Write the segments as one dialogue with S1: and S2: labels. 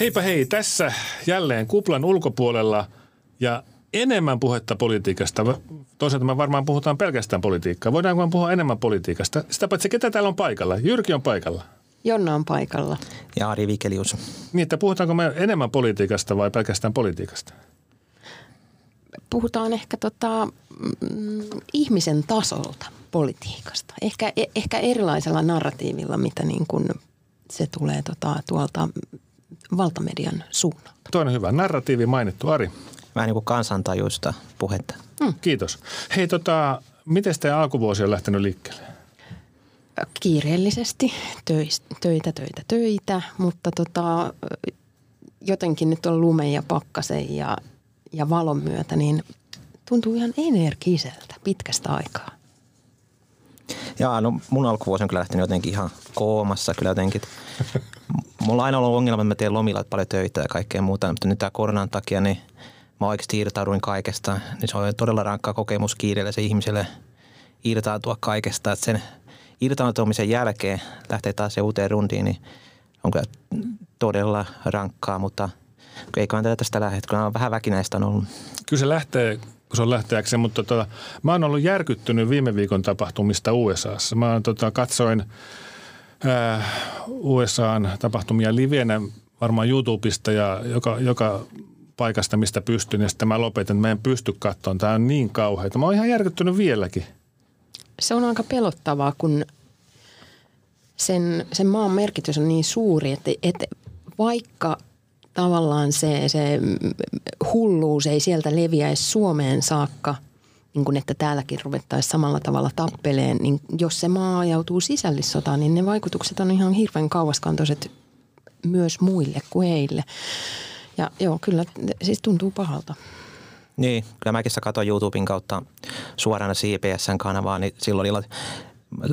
S1: Heipä hei, tässä jälleen kuplan ulkopuolella ja enemmän puhetta politiikasta. Toisaalta me varmaan puhutaan pelkästään politiikkaa. Voidaanko me puhua enemmän politiikasta? Sitä paitsi ketä täällä on paikalla? Jyrki on paikalla.
S2: Jonna on paikalla.
S3: Ja Ari Vikelius.
S1: Niin, että puhutaanko me enemmän politiikasta vai pelkästään politiikasta?
S2: Puhutaan ehkä tota, mm, ihmisen tasolta politiikasta. Ehkä, e- ehkä erilaisella narratiivilla, mitä niin kuin se tulee tota, tuolta valtamedian suunnalta.
S1: Toinen hyvä narratiivi mainittu, Ari.
S3: Vähän niin kuin kansantajuista puhetta.
S1: Mm. Kiitos. Hei, tota, miten teidän alkuvuosi on lähtenyt liikkeelle?
S2: Kiireellisesti, töis, töitä, töitä, töitä, mutta tota, jotenkin nyt on lumen ja pakkasen ja, ja valon myötä, niin tuntuu ihan energiseltä pitkästä aikaa.
S3: Jaa, no mun alkuvuosi on kyllä lähtenyt jotenkin ihan koomassa kyllä jotenkin. Mulla on aina ollut ongelma, että mä teen lomilla paljon töitä ja kaikkea muuta, mutta nyt tämä koronan takia niin mä oikeasti irtauduin kaikesta. Niin se on todella rankka kokemus kiireelle se ihmiselle irtautua kaikesta. Että sen irtautumisen jälkeen lähtee taas se uuteen rundiin, niin on kyllä todella rankkaa, mutta eiköhän tätä tästä lähde. Kyllä on vähän väkinäistä on ollut.
S1: Kyllä se lähtee kun se on lähteäkseen, mutta tota, mä oon ollut järkyttynyt viime viikon tapahtumista USAssa. Mä tota, katsoin äh, ää, USAn tapahtumia livenä varmaan YouTubesta ja joka, joka paikasta, mistä pystyn. Ja sitten mä lopetin, että mä en pysty katsomaan. Tämä on niin kauheaa. Mä oon ihan järkyttynyt vieläkin.
S2: Se on aika pelottavaa, kun sen, sen maan merkitys on niin suuri, että, että vaikka – tavallaan se, se hulluus ei sieltä leviäisi Suomeen saakka, niin kuin että täälläkin ruvettaisiin samalla tavalla tappeleen, niin jos se maa ajautuu sisällissotaan, niin ne vaikutukset on ihan hirveän kauaskantoiset myös muille kuin heille. Ja joo, kyllä siis tuntuu pahalta.
S3: Niin, kyllä mäkin katsoin YouTuben kautta suorana CBSn kanavaa, niin silloin oli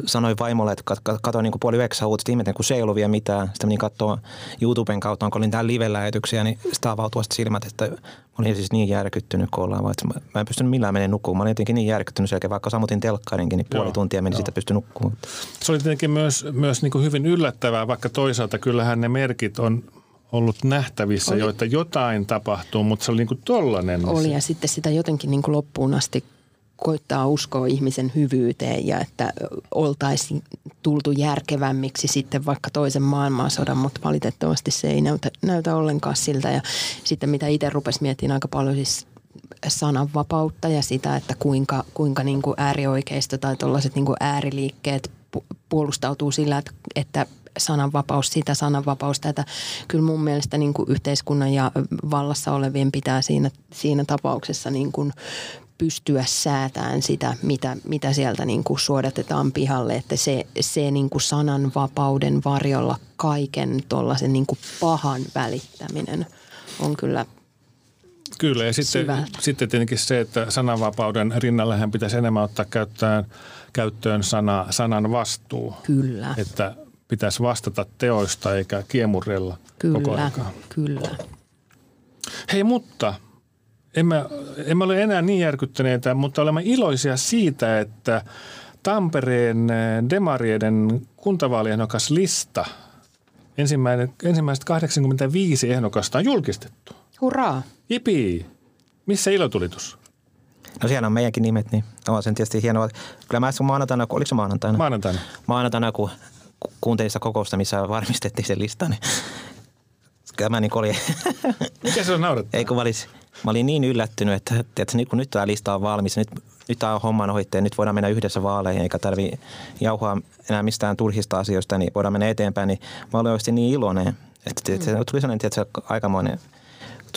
S3: sanoin vaimolle, että katsoin niin puoli yhdeksän uutista, ihmetin, kun se ei ollut vielä mitään. Sitten menin katsoa YouTuben kautta, kun olin tähän live-lähetyksiä, niin sitä avautui silmät, että mä olin siis niin järkyttynyt, kun ollaan, että mä en pystynyt millään menemään nukkumaan. Mä olin jotenkin niin järkyttynyt selkeä, vaikka sammutin telkkarinkin, niin puoli joo, tuntia meni joo. sitä pysty nukkumaan.
S1: Se oli tietenkin myös, myös niin kuin hyvin yllättävää, vaikka toisaalta kyllähän ne merkit on ollut nähtävissä, oli. joita jotain tapahtuu, mutta se oli niin kuin tollainen.
S2: Oli ja sitten sitä jotenkin niin kuin loppuun asti koittaa uskoa ihmisen hyvyyteen ja että oltaisiin tultu järkevämmiksi sitten vaikka toisen maailmansodan, mutta valitettavasti se ei näytä, näytä ollenkaan siltä. Ja sitten mitä itse rupesi miettimään aika paljon siis sananvapautta ja sitä, että kuinka, kuinka niin kuin äärioikeisto tai tuollaiset niin kuin ääriliikkeet puolustautuu sillä, että, että sananvapaus sitä, sananvapaus tätä. Kyllä mun mielestä niin kuin yhteiskunnan ja vallassa olevien pitää siinä, siinä tapauksessa niin kuin pystyä säätämään sitä, mitä, mitä sieltä niin kuin suodatetaan pihalle. Että se, se niin kuin sananvapauden varjolla kaiken tuollaisen niin kuin pahan välittäminen on kyllä
S1: Kyllä, ja sitten, syvältä. sitten tietenkin se, että sananvapauden rinnallehän pitäisi enemmän ottaa käyttöön, käyttöön sana, sanan vastuu.
S2: Kyllä.
S1: Että pitäisi vastata teoista eikä kiemurella
S2: kyllä,
S1: koko aikaa.
S2: Kyllä,
S1: Hei, mutta emme, emme ole enää niin järkyttyneitä, mutta olemme iloisia siitä, että Tampereen eh, Demarieiden kuntavaaliehdokas lista, ensimmäinen, ensimmäiset 85 ehdokasta on julkistettu.
S2: Hurraa.
S1: Jipi. Missä ilotulitus?
S3: No siellä on meidänkin nimet, niin on sen tietysti hienoa. Kyllä mä maanantaina, oliko se maanantaina?
S1: Maanantaina.
S3: Maanantaina, kun kuuntelin sitä kokousta, missä varmistettiin se lista, niin tämä niin oli...
S1: Mikä se on naurattaa?
S3: Ei kun mä, olis, mä olin niin yllättynyt, että, että nyt, kun nyt tämä lista on valmis, nyt, nyt tämä on homman ohitteen, nyt voidaan mennä yhdessä vaaleihin, eikä tarvi jauhaa enää mistään turhista asioista, niin voidaan mennä eteenpäin, niin mä olin oikeasti niin iloinen, että, että mm. tuli sellainen tietysti, aikamoinen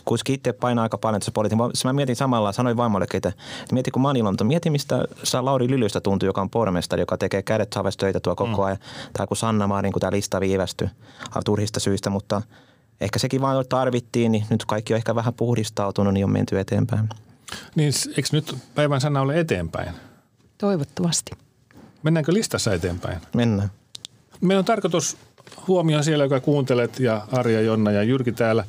S3: kuitenkin itse painaa aika paljon tässä politiikassa. Mä mietin samalla, sanoin vaimollekin, että, että mieti kun mä oon iloinen, mutta mieti mistä saa Lauri Lylystä tuntuu, joka on pormestari, joka tekee kädet savestöitä tuo koko ajan. Mm. Tai kun Sanna Marin, kun tämä lista viivästyi turhista syistä, mutta ehkä sekin vaan tarvittiin, niin nyt kaikki on ehkä vähän puhdistautunut, niin on menty eteenpäin.
S1: Niin, eikö nyt päivän sana ole eteenpäin?
S2: Toivottavasti.
S1: Mennäänkö listassa eteenpäin?
S3: Mennään.
S1: Meillä on tarkoitus huomioon siellä, joka kuuntelet, ja Arja, Jonna ja Jyrki täällä,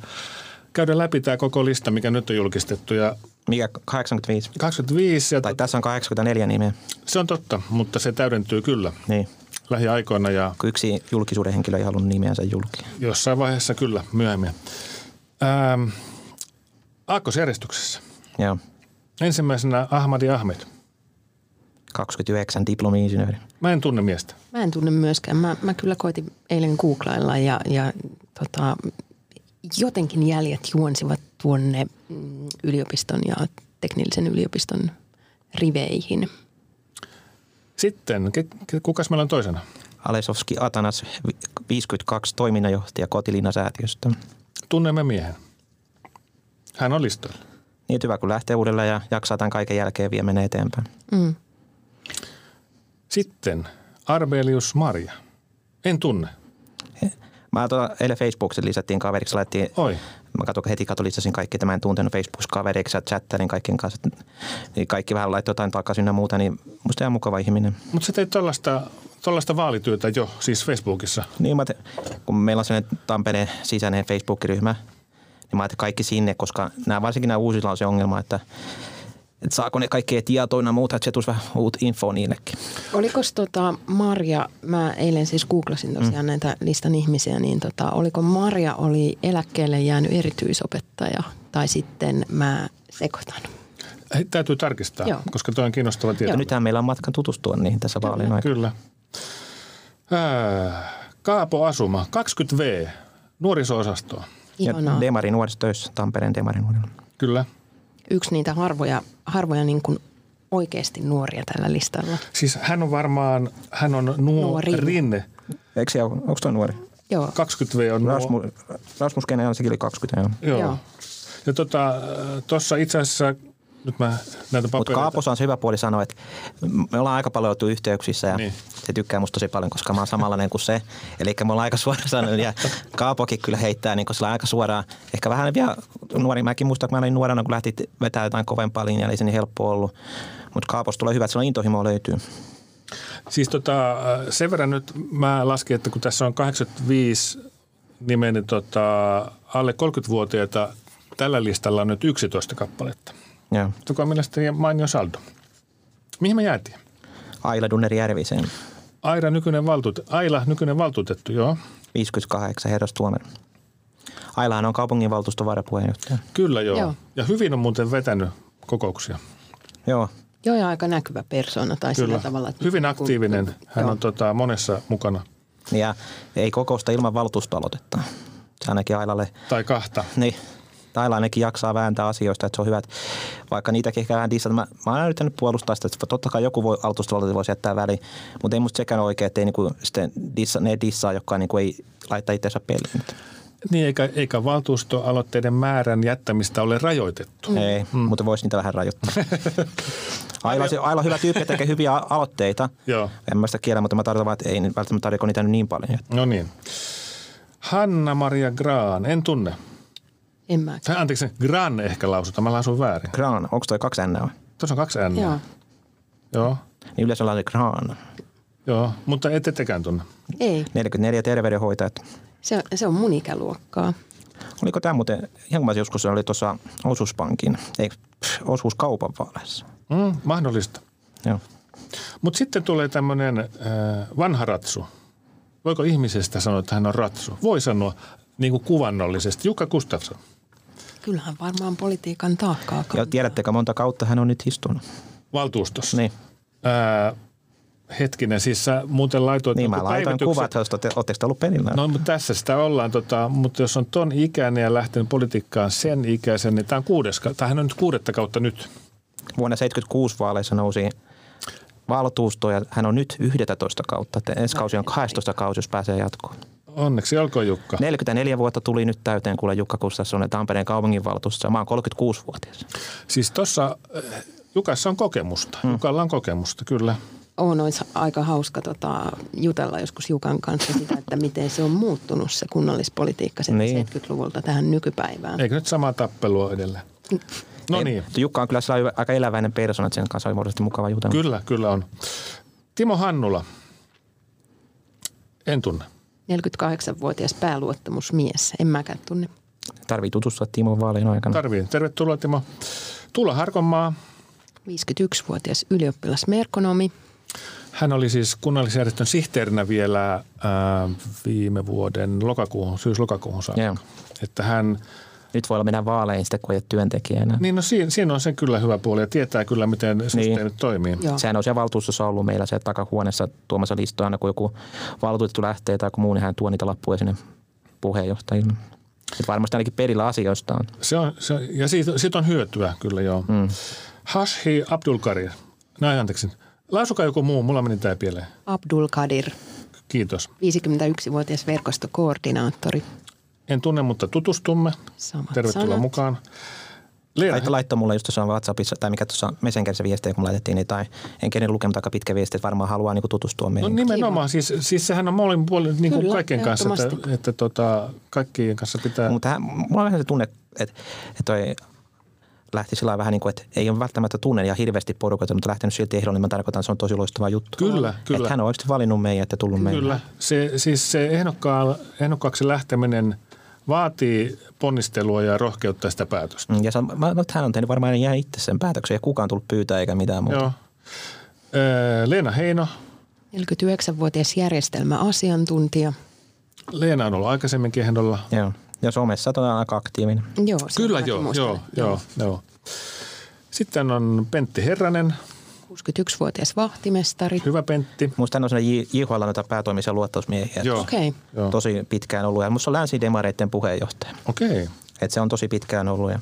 S1: käydä läpi tämä koko lista, mikä nyt on julkistettu. Ja
S3: mikä 85?
S1: 85.
S3: Ja tai tässä on 84 nimeä.
S1: Se on totta, mutta se täydentyy kyllä.
S3: Niin
S1: lähiaikoina. Ja
S3: Yksi julkisuuden henkilö ei halua nimeänsä julki.
S1: Jossain vaiheessa kyllä, myöhemmin. Ähm, aakkosjärjestyksessä.
S3: Joo.
S1: Ensimmäisenä Ahmadi Ahmed.
S3: 29 diplomi-insinööri.
S1: Mä en tunne miestä.
S2: Mä en tunne myöskään. Mä, mä kyllä koitin eilen googlailla ja, ja tota, jotenkin jäljet juonsivat tuonne mm, yliopiston ja teknillisen yliopiston riveihin.
S1: Sitten, ke- ke- kukas meillä on toisena?
S3: Alesovski Atanas, vi- 52 toiminnanjohtaja Niin, Kotilinnasäätiöstä.
S1: Tunnemme miehen. Hän on listoilla.
S3: Niin hyvä, kun lähtee uudelleen ja jaksaa tämän kaiken jälkeen viemään eteenpäin.
S2: Mm.
S1: Sitten Arbelius Maria. En tunne.
S3: Mä tuota, eilen Facebookissa lisättiin kaveriksi, laitettiin,
S1: Oi.
S3: mä katsoin heti katolistasin kaikki, että mä en tuntenut Facebookissa kaveriksi ja chattailin kaikkien kanssa. Niin kaikki vähän laittoi jotain takaisin ja muuta, niin musta ihan mukava ihminen.
S1: Mutta sä teit tollaista, tollaista vaalityötä jo siis Facebookissa.
S3: Niin mä te, kun meillä on sellainen Tampereen sisäinen Facebook-ryhmä, niin mä ajattelin kaikki sinne, koska nämä, varsinkin nämä uusilla on se ongelma, että, että saako ne kaikkea tietoina muuta, että se tulisi vähän uut info niillekin.
S2: Oliko tota Marja, mä eilen siis googlasin tosiaan mm. näitä listan ihmisiä, niin tota, oliko Marja oli eläkkeelle jäänyt erityisopettaja tai sitten mä sekoitan.
S1: Hei, täytyy tarkistaa, Joo.
S2: Joo.
S1: koska toi on kiinnostava tieto.
S3: Ja nythän meillä on matkan tutustua niihin tässä vaalien aikana.
S1: Kyllä. Ää, Kaapo Asuma, 20V, nuoriso-osastoa.
S2: Ihanaa.
S3: Ja Demari nuorissa töissä, Tampereen Demari nuorilla.
S1: Kyllä.
S2: Yksi niitä harvoja, harvoja niin kuin oikeasti nuoria tällä listalla.
S1: Siis hän on varmaan, hän on nuori.
S2: Nuori.
S1: Rinne.
S3: Eikö se ole, onko tuo nuori?
S2: Joo.
S1: 20V on nuori.
S3: Rasmus, Rasmus Kenen on sekin yli 20, joo.
S1: Joo. Joo.
S2: Joo.
S1: Ja tota, tuossa itse asiassa, nyt mä näitä
S3: Mutta
S1: papereita.
S3: Kaapossa on se hyvä puoli sanoa, että me ollaan aika paljon oltu yhteyksissä ja
S1: Niin.
S3: niin. se tykkää musta tosi paljon, koska mä oon samanlainen kuin se. Eli me ollaan aika suoraan sanonut ja Kaapokin kyllä heittää niin sillä aika suoraan. Ehkä vähän vielä nuori, mäkin muistan, kun mä olin nuorena, kun lähti vetää jotain kovempaa linjaa, ei se niin helppo ollut. Mutta Kaaposta tulee hyvä, että silloin intohimoa löytyy.
S1: Siis tota, sen verran nyt mä laskin, että kun tässä on 85 nimeni tota, alle 30-vuotiaita, tällä listalla on nyt 11 kappaletta,
S3: Joo.
S1: joka on mielestäni mainio saldo. Mihin me jäätiin?
S3: Aila Dunneri Järviseen,
S1: Aira nykyinen valtuutettu, Aila nykyinen valtuutettu, joo.
S3: 58, herras Tuomer. Ailahan on kaupunginvaltuuston varapuheenjohtaja.
S1: Kyllä joo. joo.
S2: Joo.
S1: Ja hyvin on muuten vetänyt kokouksia.
S3: Joo,
S2: Joo, ja aika näkyvä persoona tai
S1: Kyllä.
S2: sillä tavalla. että- niin
S1: Hyvin aktiivinen. Hän
S2: Joo.
S1: on tota, monessa mukana.
S3: ja ei kokousta ilman valtuusta aloitetta. Se ainakin Ailalle
S1: Tai kahta.
S3: Niin. Taila ainakin jaksaa vääntää asioista, että se on hyvä, että vaikka niitäkin ehkä vähän dissata. Mä, mä oon aina yrittänyt puolustaa sitä, että totta kai joku voi altustavalta voisi jättää väliin, mutta ei musta sekään ole oikein, että ei niinku sitten dissa, ne dissaa, jotka niinku ei laittaa itseänsä peliin.
S1: Niin, eikä, eikä valtuustoaloitteiden määrän jättämistä ole rajoitettu.
S3: Mm. Ei, mm. mutta voisi niitä vähän rajoittaa. Aila, se- Aila on hyvä tyyppi, tekee hyviä a- aloitteita.
S1: Joo.
S3: En mä sitä kiellä, mutta mä tarkoitan vaan, että ei nyt välttämättä tarvitse niitä nyt niin paljon.
S1: No niin. Hanna-Maria Graan, en tunne.
S2: En mä.
S1: Tai anteeksi, Gran ehkä lausutaan, mä lausun väärin.
S3: Graan, onko toi kaksi ennää?
S1: Tuossa on kaksi ääntä.
S2: Joo.
S1: Joo.
S3: Niin yleensä on se Graan.
S1: Joo, mutta ette tekään tunne.
S2: Ei,
S3: 44 terveydenhoitajat.
S2: se, se on mun ikäluokkaa.
S3: Oliko tämä muuten, ihan mä joskus se oli tuossa osuuspankin, ei, pff, osuuskaupan vaaleissa.
S1: Mm, mahdollista.
S3: Joo.
S1: Mutta sitten tulee tämmöinen äh, vanha ratsu. Voiko ihmisestä sanoa, että hän on ratsu? Voi sanoa niin kuin kuvannollisesti. Jukka Gustafsson.
S2: Kyllähän varmaan politiikan taakkaa
S3: Ja
S2: kantaa.
S3: tiedättekö, monta kautta hän on nyt istunut.
S1: valtuustossa.
S3: Niin,
S1: Ää, hetkinen, siis sä muuten laitoit
S3: niin
S1: jonkun
S3: mä laitoin
S1: päivityksen.
S3: kuvat, jos te, ootteko te ollut pelillä?
S1: No mutta tässä sitä ollaan, tota, mutta jos on ton ikäinen ja lähtenyt politiikkaan sen ikäisen, niin tämä on kuudes, tämähän on nyt kuudetta kautta nyt.
S3: Vuonna 76 vaaleissa nousi valtuusto ja hän on nyt 11 kautta. Että Ensi kausi on 12 kausi, jos pääsee jatkoon.
S1: Onneksi olkoon Jukka.
S3: 44 vuotta tuli nyt täyteen, kuule Jukka Gustafsson ja Tampereen kaupunginvaltuustossa. Mä oon 36-vuotias.
S1: Siis tuossa Jukassa on kokemusta. Hmm. Jukalla on kokemusta, kyllä.
S2: On, olisi aika hauska tota, jutella joskus Jukan kanssa sitä, että miten se on muuttunut se kunnallispolitiikka sen
S3: Niin.
S2: niin. 70-luvulta tähän nykypäivään.
S1: Eikö nyt samaa tappelua edelleen? No
S3: Ei,
S1: niin,
S3: mutta Jukka on kyllä sellainen aika eläväinen persona, että sen kanssa oli muodollisesti mukava jutella.
S1: kyllä, kyllä on. Timo Hannula. En tunne.
S2: 48-vuotias pääluottamusmies, en mäkään tunne.
S3: Tarvii tutustua Timon vaalien aikana.
S1: Tarvii. Tervetuloa Timo. Tuula Harkonmaa.
S2: 51-vuotias ylioppilas merkonomi.
S1: Hän oli siis kunnallisjärjestön sihteerinä vielä ää, viime vuoden lokakuuhun, syys-lokakuuhun saakka.
S3: Joo.
S1: Että hän
S3: nyt voi olla mennä vaaleihin sitten, kun ei ole työntekijänä.
S1: Niin no siinä, siinä on sen kyllä hyvä puoli ja tietää kyllä, miten systeemit niin. toimii.
S2: Joo.
S3: Sehän on siellä valtuustossa ollut meillä se takahuoneessa tuomassa listaa, aina kun joku valtuutettu lähtee tai joku muu, niin hän tuo niitä lappuja sinne puheenjohtajille. Että varmasti ainakin perillä asioista on.
S1: Se on, se, on- ja siitä, siitä on hyötyä kyllä joo. Mm. Hashi Abdulkarir. Näin anteeksi. Lausukaa joku muu, mulla meni tämä pieleen.
S2: Abdul Kadir,
S1: Kiitos.
S2: 51-vuotias verkostokoordinaattori.
S1: En tunne, mutta tutustumme.
S2: Samat
S1: Tervetuloa
S2: sanat.
S1: mukaan. No Leena,
S3: Laittoi, laittoi mulle just tuossa WhatsAppissa, tai mikä tuossa Messengerissä viestejä, kun me laitettiin niin, tai en kenen lukemaan aika pitkä viesti, että varmaan haluaa niin tutustua
S1: no
S3: meihin.
S1: nimenomaan, siis, siis sehän on molemmin puolin niin kuin
S2: Kyllä,
S1: kaikkien kanssa, että,
S2: ehdottomasti.
S1: että tota, kaikkien kanssa pitää...
S3: Mutta hän- mulla on vähän se tunne, että, että toi lähti sillä lailla vähän niin kuin, että ei ole välttämättä tunne ja hirveästi porukoita, mutta lähtenyt silti ehdolle, niin mä tarkoitan, että se on tosi loistava juttu.
S1: Kyllä, kyllä.
S3: Että hän on oikeasti valinnut meidät ja tullut meille.
S1: Kyllä. Se, siis se ehdokkaa, ehdokkaaksi lähteminen vaatii ponnistelua ja rohkeutta sitä päätöstä.
S3: Mm, Ja se, on- mä, mä, hän on tehnyt varmaan ihan itse sen päätöksen ja kukaan tullut pyytää eikä mitään muuta.
S1: Joo. Öö, Leena Heino.
S2: 49-vuotias järjestelmäasiantuntija.
S1: Leena on ollut aikaisemminkin ehdolla.
S3: Joo. Ja somessa on aika aktiivinen.
S2: Joo, sen
S1: Kyllä
S2: mäkin
S1: joo,
S2: muistelen.
S1: joo, joo, joo. Sitten on Pentti Herranen.
S2: 61-vuotias vahtimestari.
S1: Hyvä Pentti.
S3: Musta hän on sellainen J- JHL noita päätoimisia luottamusmiehiä.
S1: Joo.
S2: Okei, okay.
S1: Joo.
S3: Tosi pitkään ollut. Ja musta se on länsidemareiden puheenjohtaja.
S1: Okei.
S3: Et se on tosi pitkään ollut ja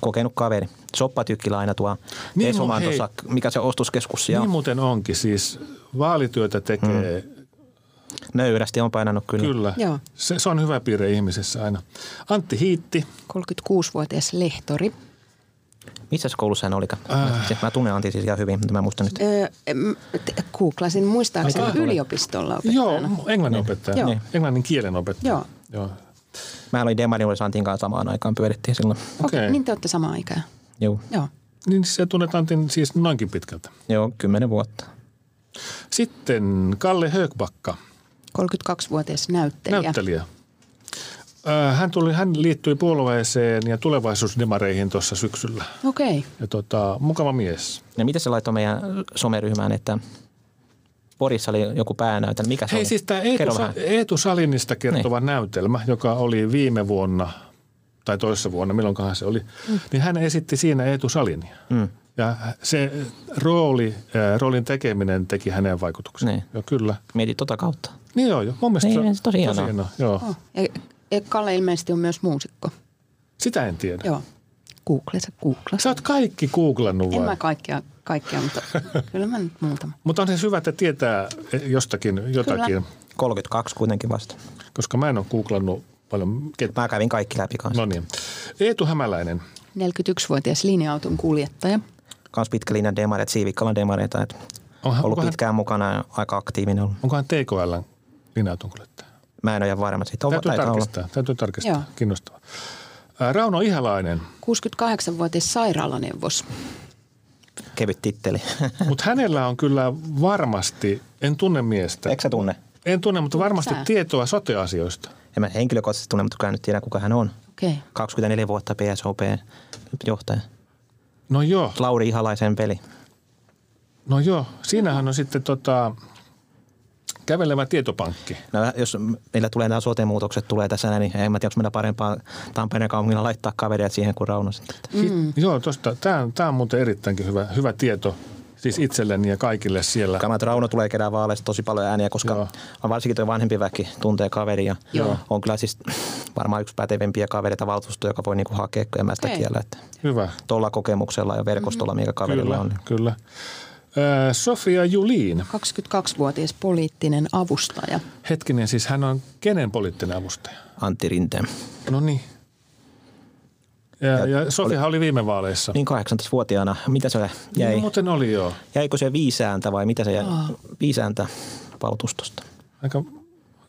S3: kokenut kaveri. Soppa tykkillä aina tuo
S1: Niin,
S3: niin,
S1: mu-
S3: Esomaan
S1: hei.
S3: tuossa, mikä se ostoskeskus siellä
S1: Niin
S3: niin,
S1: muuten onkin. Siis vaalityötä tekee mm.
S3: nöyrästi on painanut kyllä.
S1: kyllä.
S2: Joo.
S1: Se, se on hyvä piirre ihmisessä aina. Antti Hiitti.
S2: 36-vuotias lehtori.
S3: Missä koulussa hän olikaan? Äh. Mä tunnen Antin siis ihan hyvin, mutta mä muistan nyt.
S2: Öö, em, te- googlasin muistaakseni
S1: Ai,
S2: Aika,
S1: tulee.
S2: yliopistolla
S1: Joo,
S2: opettajana.
S1: englannin opettaja.
S2: Joo.
S1: Niin. Englannin kielen opettaja.
S2: Joo.
S1: Joo.
S3: Mä olin Demarinoissa Antin kanssa samaan aikaan, pyörittiin silloin.
S2: Okei,
S1: Okei.
S2: okay. niin te olette samaa aikaa.
S3: Joo,
S2: Joo.
S1: Niin se tunnet Antin siis noinkin pitkältä.
S3: joo kymmenen vuotta.
S1: Sitten Kalle Höökbakka,
S2: 32-vuotias näyttelijä.
S1: näyttelijä. Ö, Hän, tuli, hän liittyi puolueeseen ja tulevaisuusdemareihin tuossa syksyllä.
S2: Okei, okay.
S1: Ja tota, mukava mies.
S3: Ja miten se laittoi meidän someryhmään, että Porissa oli joku päänäytä. Mikä se
S1: Hei
S3: oli?
S1: siis tämä
S3: Kerro
S1: Eetu, Sa-
S3: vähän.
S1: Eetu Salinista kertova niin. näytelmä, joka oli viime vuonna tai toissa vuonna, milloinkahan se oli, mm. niin hän esitti siinä Eetu Salinia. Mm. Ja se rooli, äh, roolin tekeminen teki hänen vaikutuksen.
S3: Niin.
S1: Joo, kyllä.
S3: Mietit tota kautta.
S1: Niin joo, joo. Mun mielestä
S3: Niin,
S1: on
S3: se tosi hienoa.
S1: Joo.
S2: Oh. Ja, ja Kalle ilmeisesti on myös muusikko.
S1: Sitä en tiedä.
S2: Joo. Google, sä googlas.
S1: Sä oot kaikki googlannut
S2: En
S1: vai?
S2: mä kaikkea, kaikkea mutta kyllä mä nyt muutama.
S1: Mutta on siis hyvä, että tietää jostakin jotakin, Kyllä.
S3: 32 kuitenkin vasta.
S1: koska mä en ole googlannut paljon. ket-
S3: Mä kävin kaikki läpi kanssa.
S1: No niin. Eetu Hämäläinen.
S2: 41-vuotias linja-auton kuljettaja.
S3: Kans pitkä linjan demareet, Siivikkalan demareita. Et
S1: Onhan,
S3: ollut
S1: onkohan,
S3: pitkään mukana ja aika aktiivinen ollut.
S1: onkohan TKL linja-auton kuljettaja?
S3: Mä en ole ihan varma siitä. On,
S1: Täytyy
S3: taitaa olla.
S1: tarkistaa, täytyy tarkistaa.
S2: Joo.
S1: Kiinnostavaa. Ää, Rauno Ihalainen,
S2: 68-vuotias sairaalaneuvos.
S3: Kevyt titteli.
S1: mutta hänellä on kyllä varmasti, en tunne miestä,
S3: Eikö sä tunne?
S1: en tunne, mutta varmasti
S2: sä?
S1: tietoa sote-asioista.
S3: En mä henkilökohtaisesti tunne, mutta kyllä nyt tiedän, kuka hän on.
S2: Okei. Okay.
S3: 24 vuotta PSOP-johtaja.
S1: No joo,
S3: Lauri Ihalaisen peli.
S1: no joo. Siinähän on sitten tota, kävelevä tietopankki.
S3: No, jos meillä tulee nämä sote-muutokset tulee tässä, näin, niin en mä tiedä, onko meillä parempaa Tampereen kaupungilla laittaa kavereita siihen kuin Rauno sitten.
S1: Mm. Joo, tosta. Tämä on, tää on muuten erittäinkin hyvä, hyvä tieto siis itselleni ja kaikille siellä.
S3: Kamat Rauno tulee kerää vaaleista tosi paljon ääniä, koska
S1: Joo.
S3: Joo. varsinkin tuo vanhempi väki tuntee kaveri ja
S2: Joo.
S3: on kyllä siis varmaan yksi pätevimpiä kavereita valtuusto, joka voi niinku hakea, kun en mä sitä
S2: Okei. Mm-hmm.
S3: kiellä. Että
S1: Hyvä,
S3: tuolla kokemuksella ja verkostolla, mikä kaverilla
S1: kyllä,
S3: on. niin
S1: kyllä. Ö, Sofia Juliin,
S2: 22-vuotias poliittinen avustaja.
S1: hetkinen siis, hän on kenen poliittinen avustaja?
S3: Antti Rinteen.
S1: No niin. Ja, ja Sofiahan oli, viime vaaleissa.
S3: Niin 18-vuotiaana, mitä
S2: No
S3: se jäi?
S1: Niin, muuten oli joo.
S3: Jäikö se viisääntä vai mitä se jäi? Viisääntä valtuustosta.
S1: Aika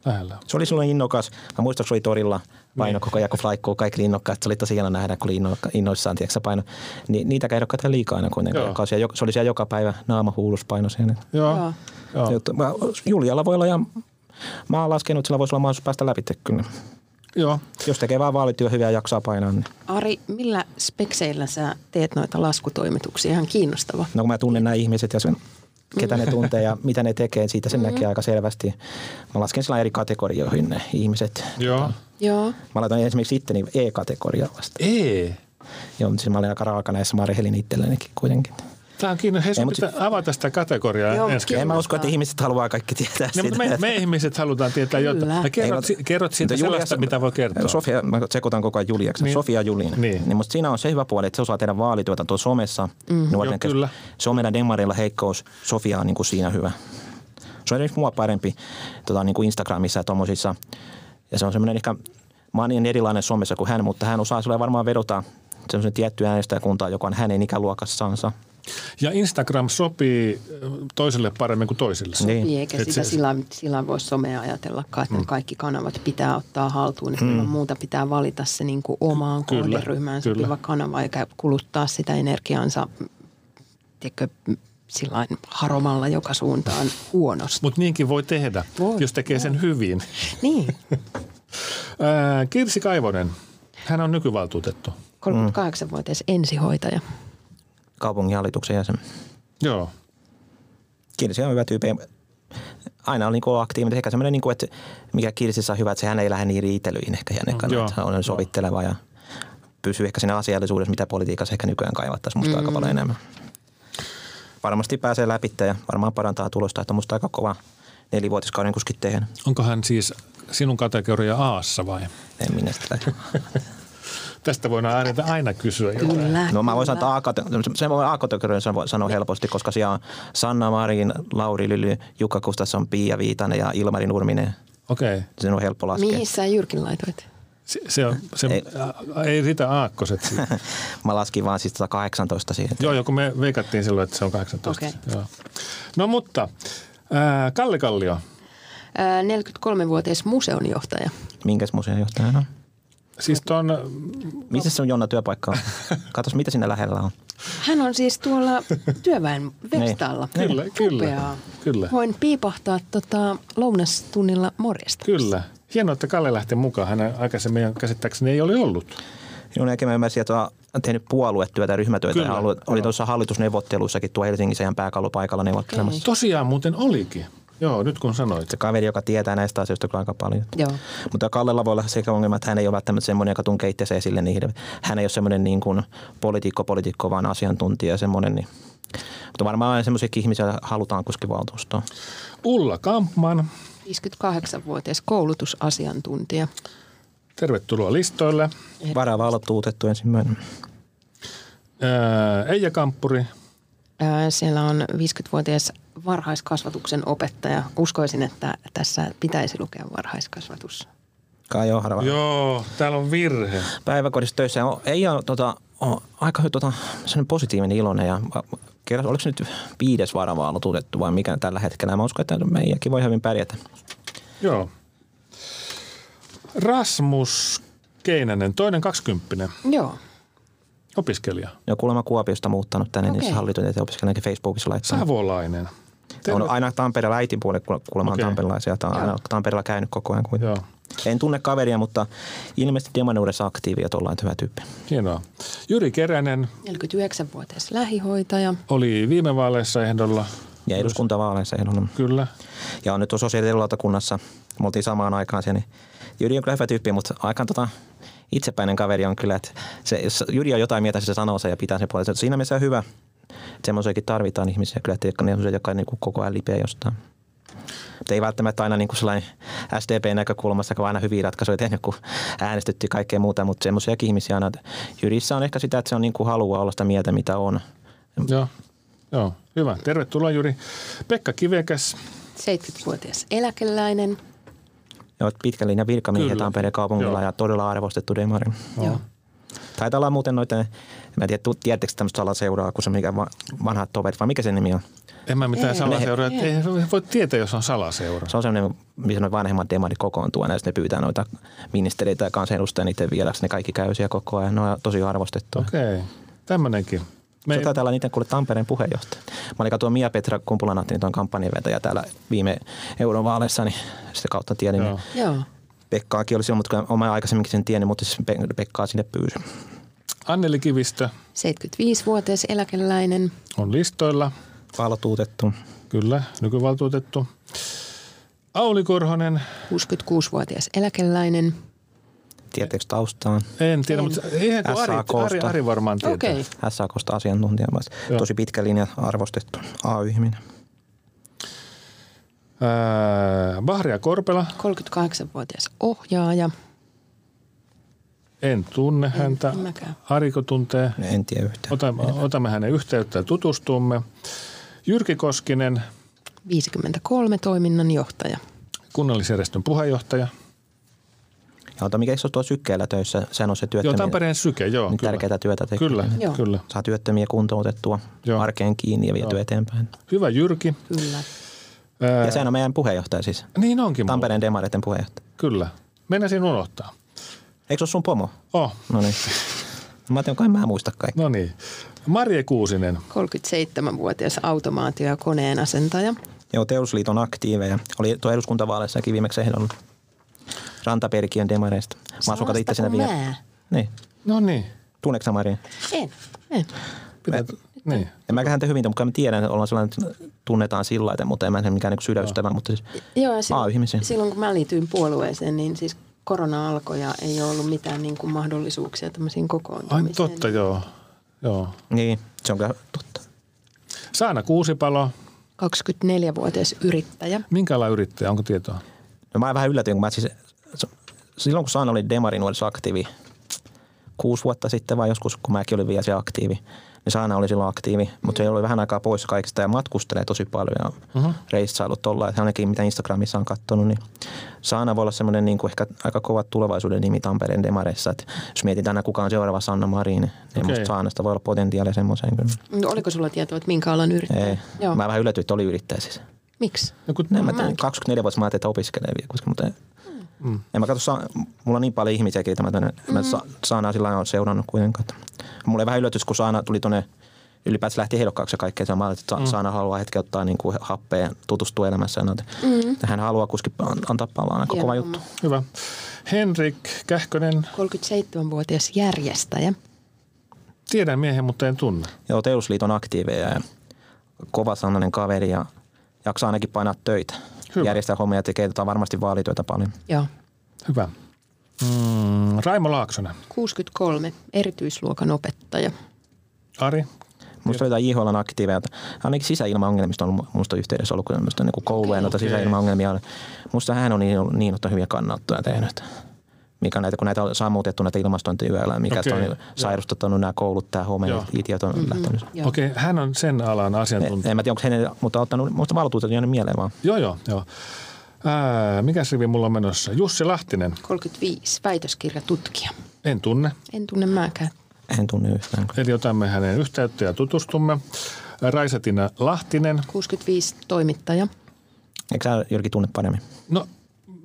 S1: lähellä.
S3: Se oli silloin innokas. Mä muistan, kun se oli torilla paino
S1: Niin.
S3: koko ajan, kun flaikkuu kaikki oli innokkaat. Se oli tosi hieno nähdä, kun oli inno- innoissaan, tiedätkö sä, paino. Ni, niitä ehdokkaita ei liikaa aina kuitenkaan.
S1: Joo.
S3: joka on siellä jo- Se oli siellä joka päivä naama huulus paino siellä.
S1: Joo. joo.
S2: Joo.
S1: joo.
S3: Jotta- mä- Julialla voi olla ja mä oon laskenut, että sillä voisi olla mahdollisuus päästä läpi kyllä.
S1: joo.
S3: Jos tekee vaan vaalityö hyvää ja jaksaa painaa, niin.
S2: Ari, millä spekseillä sä teet noita laskutoimituksia? Ihan kiinnostava.
S3: No kun mä tunnen nämä ihmiset ja sen ketä ne tuntee ja mitä ne tekee. Siitä sen näkee aika selvästi. Mä lasken sillä eri kategorioihin ne ihmiset.
S1: Joo.
S2: Joo.
S3: Mä laitan esimerkiksi itteni E-kategoriaan vasta.
S1: Ei.
S3: Joo, mutta siis mä olin aika raaka näissä, mä rehellin itsellenikin kuitenkin.
S1: Tämä on kiinnostaa. Hei, sun
S3: Ei, mut-
S1: pitää avata sitä kategoriaa
S2: Joo,
S1: ensi
S2: kiin-
S1: kerralla.
S3: En mä usko, että ihmiset haluaa kaikki tietää
S1: Niin,
S3: sitä.
S1: mutta me, me ihmiset halutaan tietää jotain.
S2: Kyllä.
S1: Ja
S3: Ei,
S1: kerrot,
S3: mutta-
S1: si- kerrot siitä
S3: mutta
S1: sellaista,
S3: Juliassa-
S1: mitä voi kertoa.
S3: Sofia, mä sekoitan koko ajan Juliaksi.
S1: Niin.
S3: Niin. Sofia Julin.
S1: Niin.
S3: Niin. niin musta siinä on se hyvä puoli, että se osaa tehdä vaalityötä on somessa. Mm.
S1: Joo, kyllä.
S3: Se on meidän demarilla heikkous. Sofia on niin kuin siinä hyvä. Se on esimerkiksi mua parempi tota, niin kuin Instagramissa ja tommosissa. Ja se on semmoinen ehkä, mä oon niin erilainen somessa kuin hän, mutta hän osaa sille varmaan vedota semmoisen tiettyä äänestäjäkuntaa, joka on hänen ikäluokassansa.
S1: Ja Instagram sopii ö, toiselle paremmin kuin toisille.
S2: Niin,
S3: Niin.
S2: eikä
S1: Et
S2: sitä
S1: se-
S2: sillä, sillä voi somea ajatellakaan, että mm. kaikki kanavat pitää ottaa haltuun. Että mm. muuta pitää valita se niin kuin omaan
S1: Kyllä,
S2: kohderyhmään
S1: kyllä.
S2: sopiva kanava, eikä kuluttaa sitä energiaansa mm, tiedätkö, mm, sillain haromalla joka suuntaan huonosti.
S1: Mutta niinkin voi tehdä,
S2: Voi,
S1: jos tekee sen hyvin.
S2: niin,
S1: Ää, Kirsi Kaivonen, hän on nykyvaltuutettu.
S2: 38-vuotias ensihoitaja.
S3: Kaupunginhallituksen jäsen.
S1: Joo.
S3: Kirsi on hyvä tyyppi. Aina on niin aktiivinen, ehkä semmoinen, niin että mikä Kirsissä on hyvä, että se hän ei lähde niin riitelyihin ehkä hänen
S1: Mm, Joo.
S3: kannalta. Että Hän on sovitteleva ja pysyy ehkä siinä asiallisuudessa, mitä politiikassa ehkä nykyään kaivattaisiin musta mm. aika paljon enemmän. Varmasti pääsee läpi ja varmaan parantaa tulosta, että on musta aika kova nelivuotiskauden kuskin tehnyt.
S1: Onko hän siis sinun kategoria Aassa vai?
S3: En minä sitä.
S1: Tästä voidaan aina, aina kysyä jotain.
S2: Kyllä.
S3: No mä voin
S2: kyllä.
S3: sanoa, että A-kategorian- sen voi A-kategorian sano- sanoa helposti, koska siellä on Sanna Marin, Lauri Lyly, Jukka Gustafsson, Pia Viitanen ja Ilmari Nurminen.
S1: Okei. Okay.
S3: Sen on helppo laskea.
S2: Mihin sä Jyrkin laitoit?
S1: Se, se, on- se, ei.
S3: Ei.
S1: ei riitä aakkoset. siitä.
S3: Mä laskin vaan siis 118 siihen.
S1: Joo, joo, kun me veikattiin silloin, että se on 18.
S2: Okei.
S1: Joo. No mutta, ää, Kalle Kallio,
S2: Ää, 43-vuotias museonjohtaja.
S3: Minkäs museon johtajana on?
S1: siis tuon,
S3: Missä se on Jonna työpaikka on? Katos, mitä siinä lähellä on.
S2: Hän on siis tuolla työväen
S3: Niin.
S2: verstaalla.
S1: Kyllä, kyllä,
S2: Upeaa.
S1: kyllä.
S2: Voin piipahtaa tota, lounastunnilla morjesta.
S1: kyllä. Hienoa, että Kalle lähti mukaan. Hän aikaisemmin käsittääkseni ei ole ollut.
S3: Minun näkemä mä ymmärsin, että on tehnyt puoluetyötä ja ryhmätyötä.
S1: Kyllä,
S3: ja ollut, oli tuossa hallitusneuvotteluissakin tuo Helsingissä ihan pääkallopaikalla neuvottelemassa.
S1: Tosiaan muuten olikin. Joo, nyt kun sanoit.
S3: Se kaveri, joka tietää näistä asioista kyllä aika paljon.
S2: Joo.
S3: Mutta Kallella voi olla sekä ongelma, että hän ei ole välttämättä semmoinen, joka tunkee itsensä esille niihin. Hän ei ole semmoinen niin kuin poliitikko, poliitikko, vaan asiantuntija ja semmoinen. Niin. Mutta varmaan aina semmoisia ihmisiä halutaan kuskin valtuustoon.
S1: Ulla Kampman,
S2: 58-vuotias koulutusasiantuntija.
S1: tervetuloa listoille.
S3: Varavaltuutettu ensimmäinen.
S1: Ää, Äh, Eija Kamppuri,
S2: Ää, Siellä on 50-vuotias varhaiskasvatuksen opettaja. Uskoisin, että tässä pitäisi lukea varhaiskasvatus.
S3: Kai joo, harva.
S1: Joo, täällä on virhe.
S3: päiväkodissa töissä. On- Ei ole tota, on aika tota, sellainen positiivinen iloinen ja kerros, oliko se nyt viides varavaalotutettu vai mikä tällä hetkellä. Mä uskon, että meidänkin voi hyvin pärjätä.
S1: Joo. Rasmus Keinänen, toinen kaksikymppinen
S2: Joo,
S1: opiskelija.
S3: Ne on kuulemma Kuopiosta muuttanut tänne, okay.
S2: Okei.
S3: niin hallituneet opiskelijankin Facebookissa laittaa.
S1: Savolainen.
S3: Ne On aina Tampereella äitin puolelle kuule- kuulemma
S1: Okei.
S3: okay. tamperelaisia. Tämä on aina Tampereella käynyt koko ajan. Kuin.
S1: Joo,
S3: En tunne kaveria, mutta ilmeisesti demanuudessa aktiivi ja tuollainen hyvä tyyppi.
S1: hienoa. Jyri Keränen
S2: 49-vuotias lähihoitaja.
S1: oli viime vaaleissa ehdolla,
S3: Ja eduskuntavaaleissa ehdolla.
S1: kyllä.
S3: Ja on nyt tuossa sosiaali- ja terveyslautakunnassa. Me oltiin samaan aikaan siellä, niin Jyri on kyllä hyvä tyyppi, mutta aika tota, itsepäinen kaveri on kyllä. Että se, jos Jyri on jotain mieltä, se sanoo sen ja pitää sen puolesta. Siinä mielessä on hyvä. Semmoisiakin tarvitaan ihmisiä kyllä, että jotka- ne on semmoisia, jotka niinku koko ajan lipeä jostain. Mutta ei välttämättä aina niinku sellainen SDP-näkökulmasta, kun aina hyviä ratkaisuja tehnyt, kun äänestyttiin kaikkea muuta, mutta semmoisiakin ihmisiä aina. Jyrissä on ehkä sitä, että se on niinku haluaa olla sitä mieltä, mitä on.
S1: Joo. Joo, hyvä. Tervetuloa Jyri. Pekka Kivekäs,
S2: 70-vuotias eläkeläinen.
S3: Ja olet pitkä linja virkamiehiä
S1: Kyllä.
S3: Tampereen kaupungilla
S1: Joo.
S3: ja todella arvostettu demari.
S2: Joo.
S3: Taitaa olla muuten noita, mä en tiedä, tu- tiedättekö tämmöistä salaseuraa, kun se mikä va- vanhat toverit, vai mikä se nimi on?
S1: en mä mitään
S2: Ei.
S1: salaseuraa.
S2: Ei.
S1: Ei voi tietää, jos on salaseura.
S3: Se on semmoinen, missä ne vanhemmat demarit kokoontuu aina, ja sit ne pyytää noita ministeriöitä ja kansanedustajia niiden vieraksi. Ne kaikki käy siellä koko ajan, ne on tosi arvostettu. Okay.
S1: Okei, okay. tämmöinenkin.
S3: Me... Se taitaa olla niiden kuule Tampereen puheenjohtaja. Mä olin katsoa Mia Petra Kumpulanahti, niitä on kampanjanvetäjä täällä viime eurovaaleissa, niin sitä kautta tiedin.
S1: Joo.
S3: Joo.
S2: Joo.
S3: Pekkaakin oli silloin, mutta kyllä olen aikaisemminkin sen tiennyt, mutta siis Pe- Pekkaa sinne pyysi.
S1: Anneli Kivistö
S2: 75-vuotias eläkeläinen.
S1: on listoilla.
S3: valtuutettu.
S1: Kyllä, nykyvaltuutettu. Auli Korhonen,
S2: 66-vuotias eläkeläinen.
S3: Tietääkö taustaan?
S1: en tiedä, mutta eihän kun Ari,
S3: SAK:sta.
S1: Ari, Ari varmaan tietää.
S2: Okei. Okay.
S3: SAKsta asiantuntija, mutta
S1: Joo.
S3: tosi pitkä linja arvostettu AY-ihminen.
S1: Ää, Bahria Korpela,
S2: 38-vuotias ohjaaja.
S1: en tunne häntä.
S2: en mäkään.
S1: Ariko tuntee.
S3: En tiedä yhtään.
S1: Otamme, otamme hänen yhteyttä ja tutustumme. Jyrki Koskinen,
S2: 53 toiminnanjohtaja.
S1: kunnallisjärjestön puheenjohtaja.
S3: Ja ota, mikä se on tuo sykkeellä töissä? Sehän on se
S1: Joo,
S3: työttömiä.
S1: Tampereen syke, joo.
S3: niin
S1: kyllä.
S3: tärkeää työtä tekee.
S1: Kyllä,
S2: Joo.
S1: kyllä.
S3: Saa työttömiä kuntoutettua
S1: Joo.
S3: Joo. arkeen kiinni ja vietyä
S1: Joo.
S3: eteenpäin.
S1: Hyvä Jyrki.
S2: Kyllä.
S1: Ää,
S3: Ja sehän on meidän puheenjohtaja siis.
S1: Niin onkin. mulla.
S3: Tampereen demareiden puheenjohtaja.
S1: Kyllä. Mennäisin unohtaa.
S3: Eikö se ole sun pomo?
S1: Oh,
S3: No niin. Mä ajattelin, kai mä en muista kaikki.
S1: no niin. Marje Kuusinen.
S2: 37-vuotias automaatio- ja koneen asentaja.
S3: Joo, Teollisuusliiton aktiiveja. Oli tuo eduskuntavaaleissakin viimeksi ehdolla. Rantaperkiön demareista. Mä asun kato itse
S2: Samasta
S3: siinä
S2: kuin
S3: vielä.
S2: mä.
S3: Niin.
S1: No niin.
S3: Tunneeko sä Marin?
S2: En, en.
S1: Pitää, niin.
S3: En mäkään häntä hyvin, tunne, mutta mä tiedän, että ollaan sellainen, tunnetaan sillä lailla, mutta en mä sen mikään niin sydäystävä, mutta siis
S2: Joo, ja silloin,
S3: A-ihmisiä.
S2: silloin kun mä liityin puolueeseen, niin siis korona alkoi ja ei ole ollut mitään niin kuin mahdollisuuksia tämmöisiin
S1: Ai
S2: kokoontumisiin.
S1: totta, joo. joo.
S3: niin, se on kyllä totta.
S1: Saana Kuusipalo.
S2: 24-vuotias yrittäjä.
S1: Minkä ala yrittäjä? Onko tietoa?
S3: No mä vähän yllätyin, kun mä siis, s- silloin kun Saana oli demari nuorisaktiivi, kuusi vuotta sitten vai joskus, kun mäkin olin vielä se aktiivi, niin Saana oli silloin aktiivi, mutta se oli vähän aikaa pois kaikista ja matkustelee tosi paljon ja uh-huh. reissailut tuolla, että ainakin mitä Instagramissa on katsonut, niin Saana voi olla semmoinen niin kuin ehkä aika kova tulevaisuuden nimi Tampereen demareissa, että jos mietitään aina kuka on seuraava Sanna Marin, niin okay.
S1: Okei.
S3: musta Saanasta voi olla potentiaalia semmoiseen kyllä.
S2: No, Oliko sulla tietoa, että minkä alan yrittäjä?
S3: Ei.
S2: Joo.
S3: Mä vähän yllätyin, että oli yrittäjä siis.
S2: Miksi?
S1: No, kun,
S3: Näin mä
S2: Mäkin.
S3: tein. 24 vuotta mä ajattelin, että opiskelee vielä, koska mutta mm. en mä katso, saa, mulla on niin paljon ihmisiä, keitä mä, tänne, mm. mä sa, Saanaa sillä lailla ole seurannut kuitenkaan. että- Mulla ei vähän yllätys, kun Saana tuli tuonne ylipäätään lähti ehdokkaaksi ja kaikkea. Se on mä ajattelin, että Sa- Saana haluaa hetken ottaa niin kuin happea ja tutustua elämässään. Mm. Hän haluaa kuskin an- antaa palaa, aika
S2: Hieno homma.
S3: kova juttu.
S1: hyvä. Henrik Kähkönen.
S2: 37-vuotias järjestäjä.
S1: Tiedän miehen, mutta en tunne.
S3: Joo, Teollisuusliiton aktiiveja ja kova sananen kaveri ja jaksaa ainakin painaa töitä.
S1: Hyvä.
S3: Hyvä. Järjestää hommia ja tekee tota varmasti vaalityötä paljon.
S2: Joo.
S1: Hyvä. Mm, Raimo Laaksonen.
S2: 63, erityisluokan opettaja.
S1: Ari.
S3: Musta oli jotain IHLn aktiiveja. että Ainakin sisäilmaongelmista on ollut musta yhteydessä ollut, kun tämmöistä niin kouluja okay, noita
S1: Okei.
S3: sisäilmaongelmia on. Musta hän on niin, niin ottanut hyviä kannanottoja tehnyt. Mikä näitä, kun näitä on sammutettu näitä ilmastointiyöllä, mikä
S1: Okei,
S3: okay, on
S1: joo.
S3: niin sairastuttanut nämä koulut, tämä home,
S1: Joo.
S3: itiot on mm-hmm. lähtenyt.
S2: Joo.
S1: Okei, okay, hän on sen alan asiantuntija.
S3: En, en mä tiedä, onko hänen, mutta on ottanut, musta valtuutettu jäänyt mieleen vaan.
S1: Joo, joo, joo. Ää, mikäs rivi mulla on menossa? Jussi Lahtinen.
S2: 35, väitöskirjatutkija.
S1: En tunne.
S2: En tunne mäkään.
S3: En tunne yhtään.
S1: Eli otamme hänen yhteyttä ja tutustumme. Raisatina Lahtinen.
S2: 65, toimittaja.
S3: Eikö sä Jyrki tunne paremmin?
S1: No,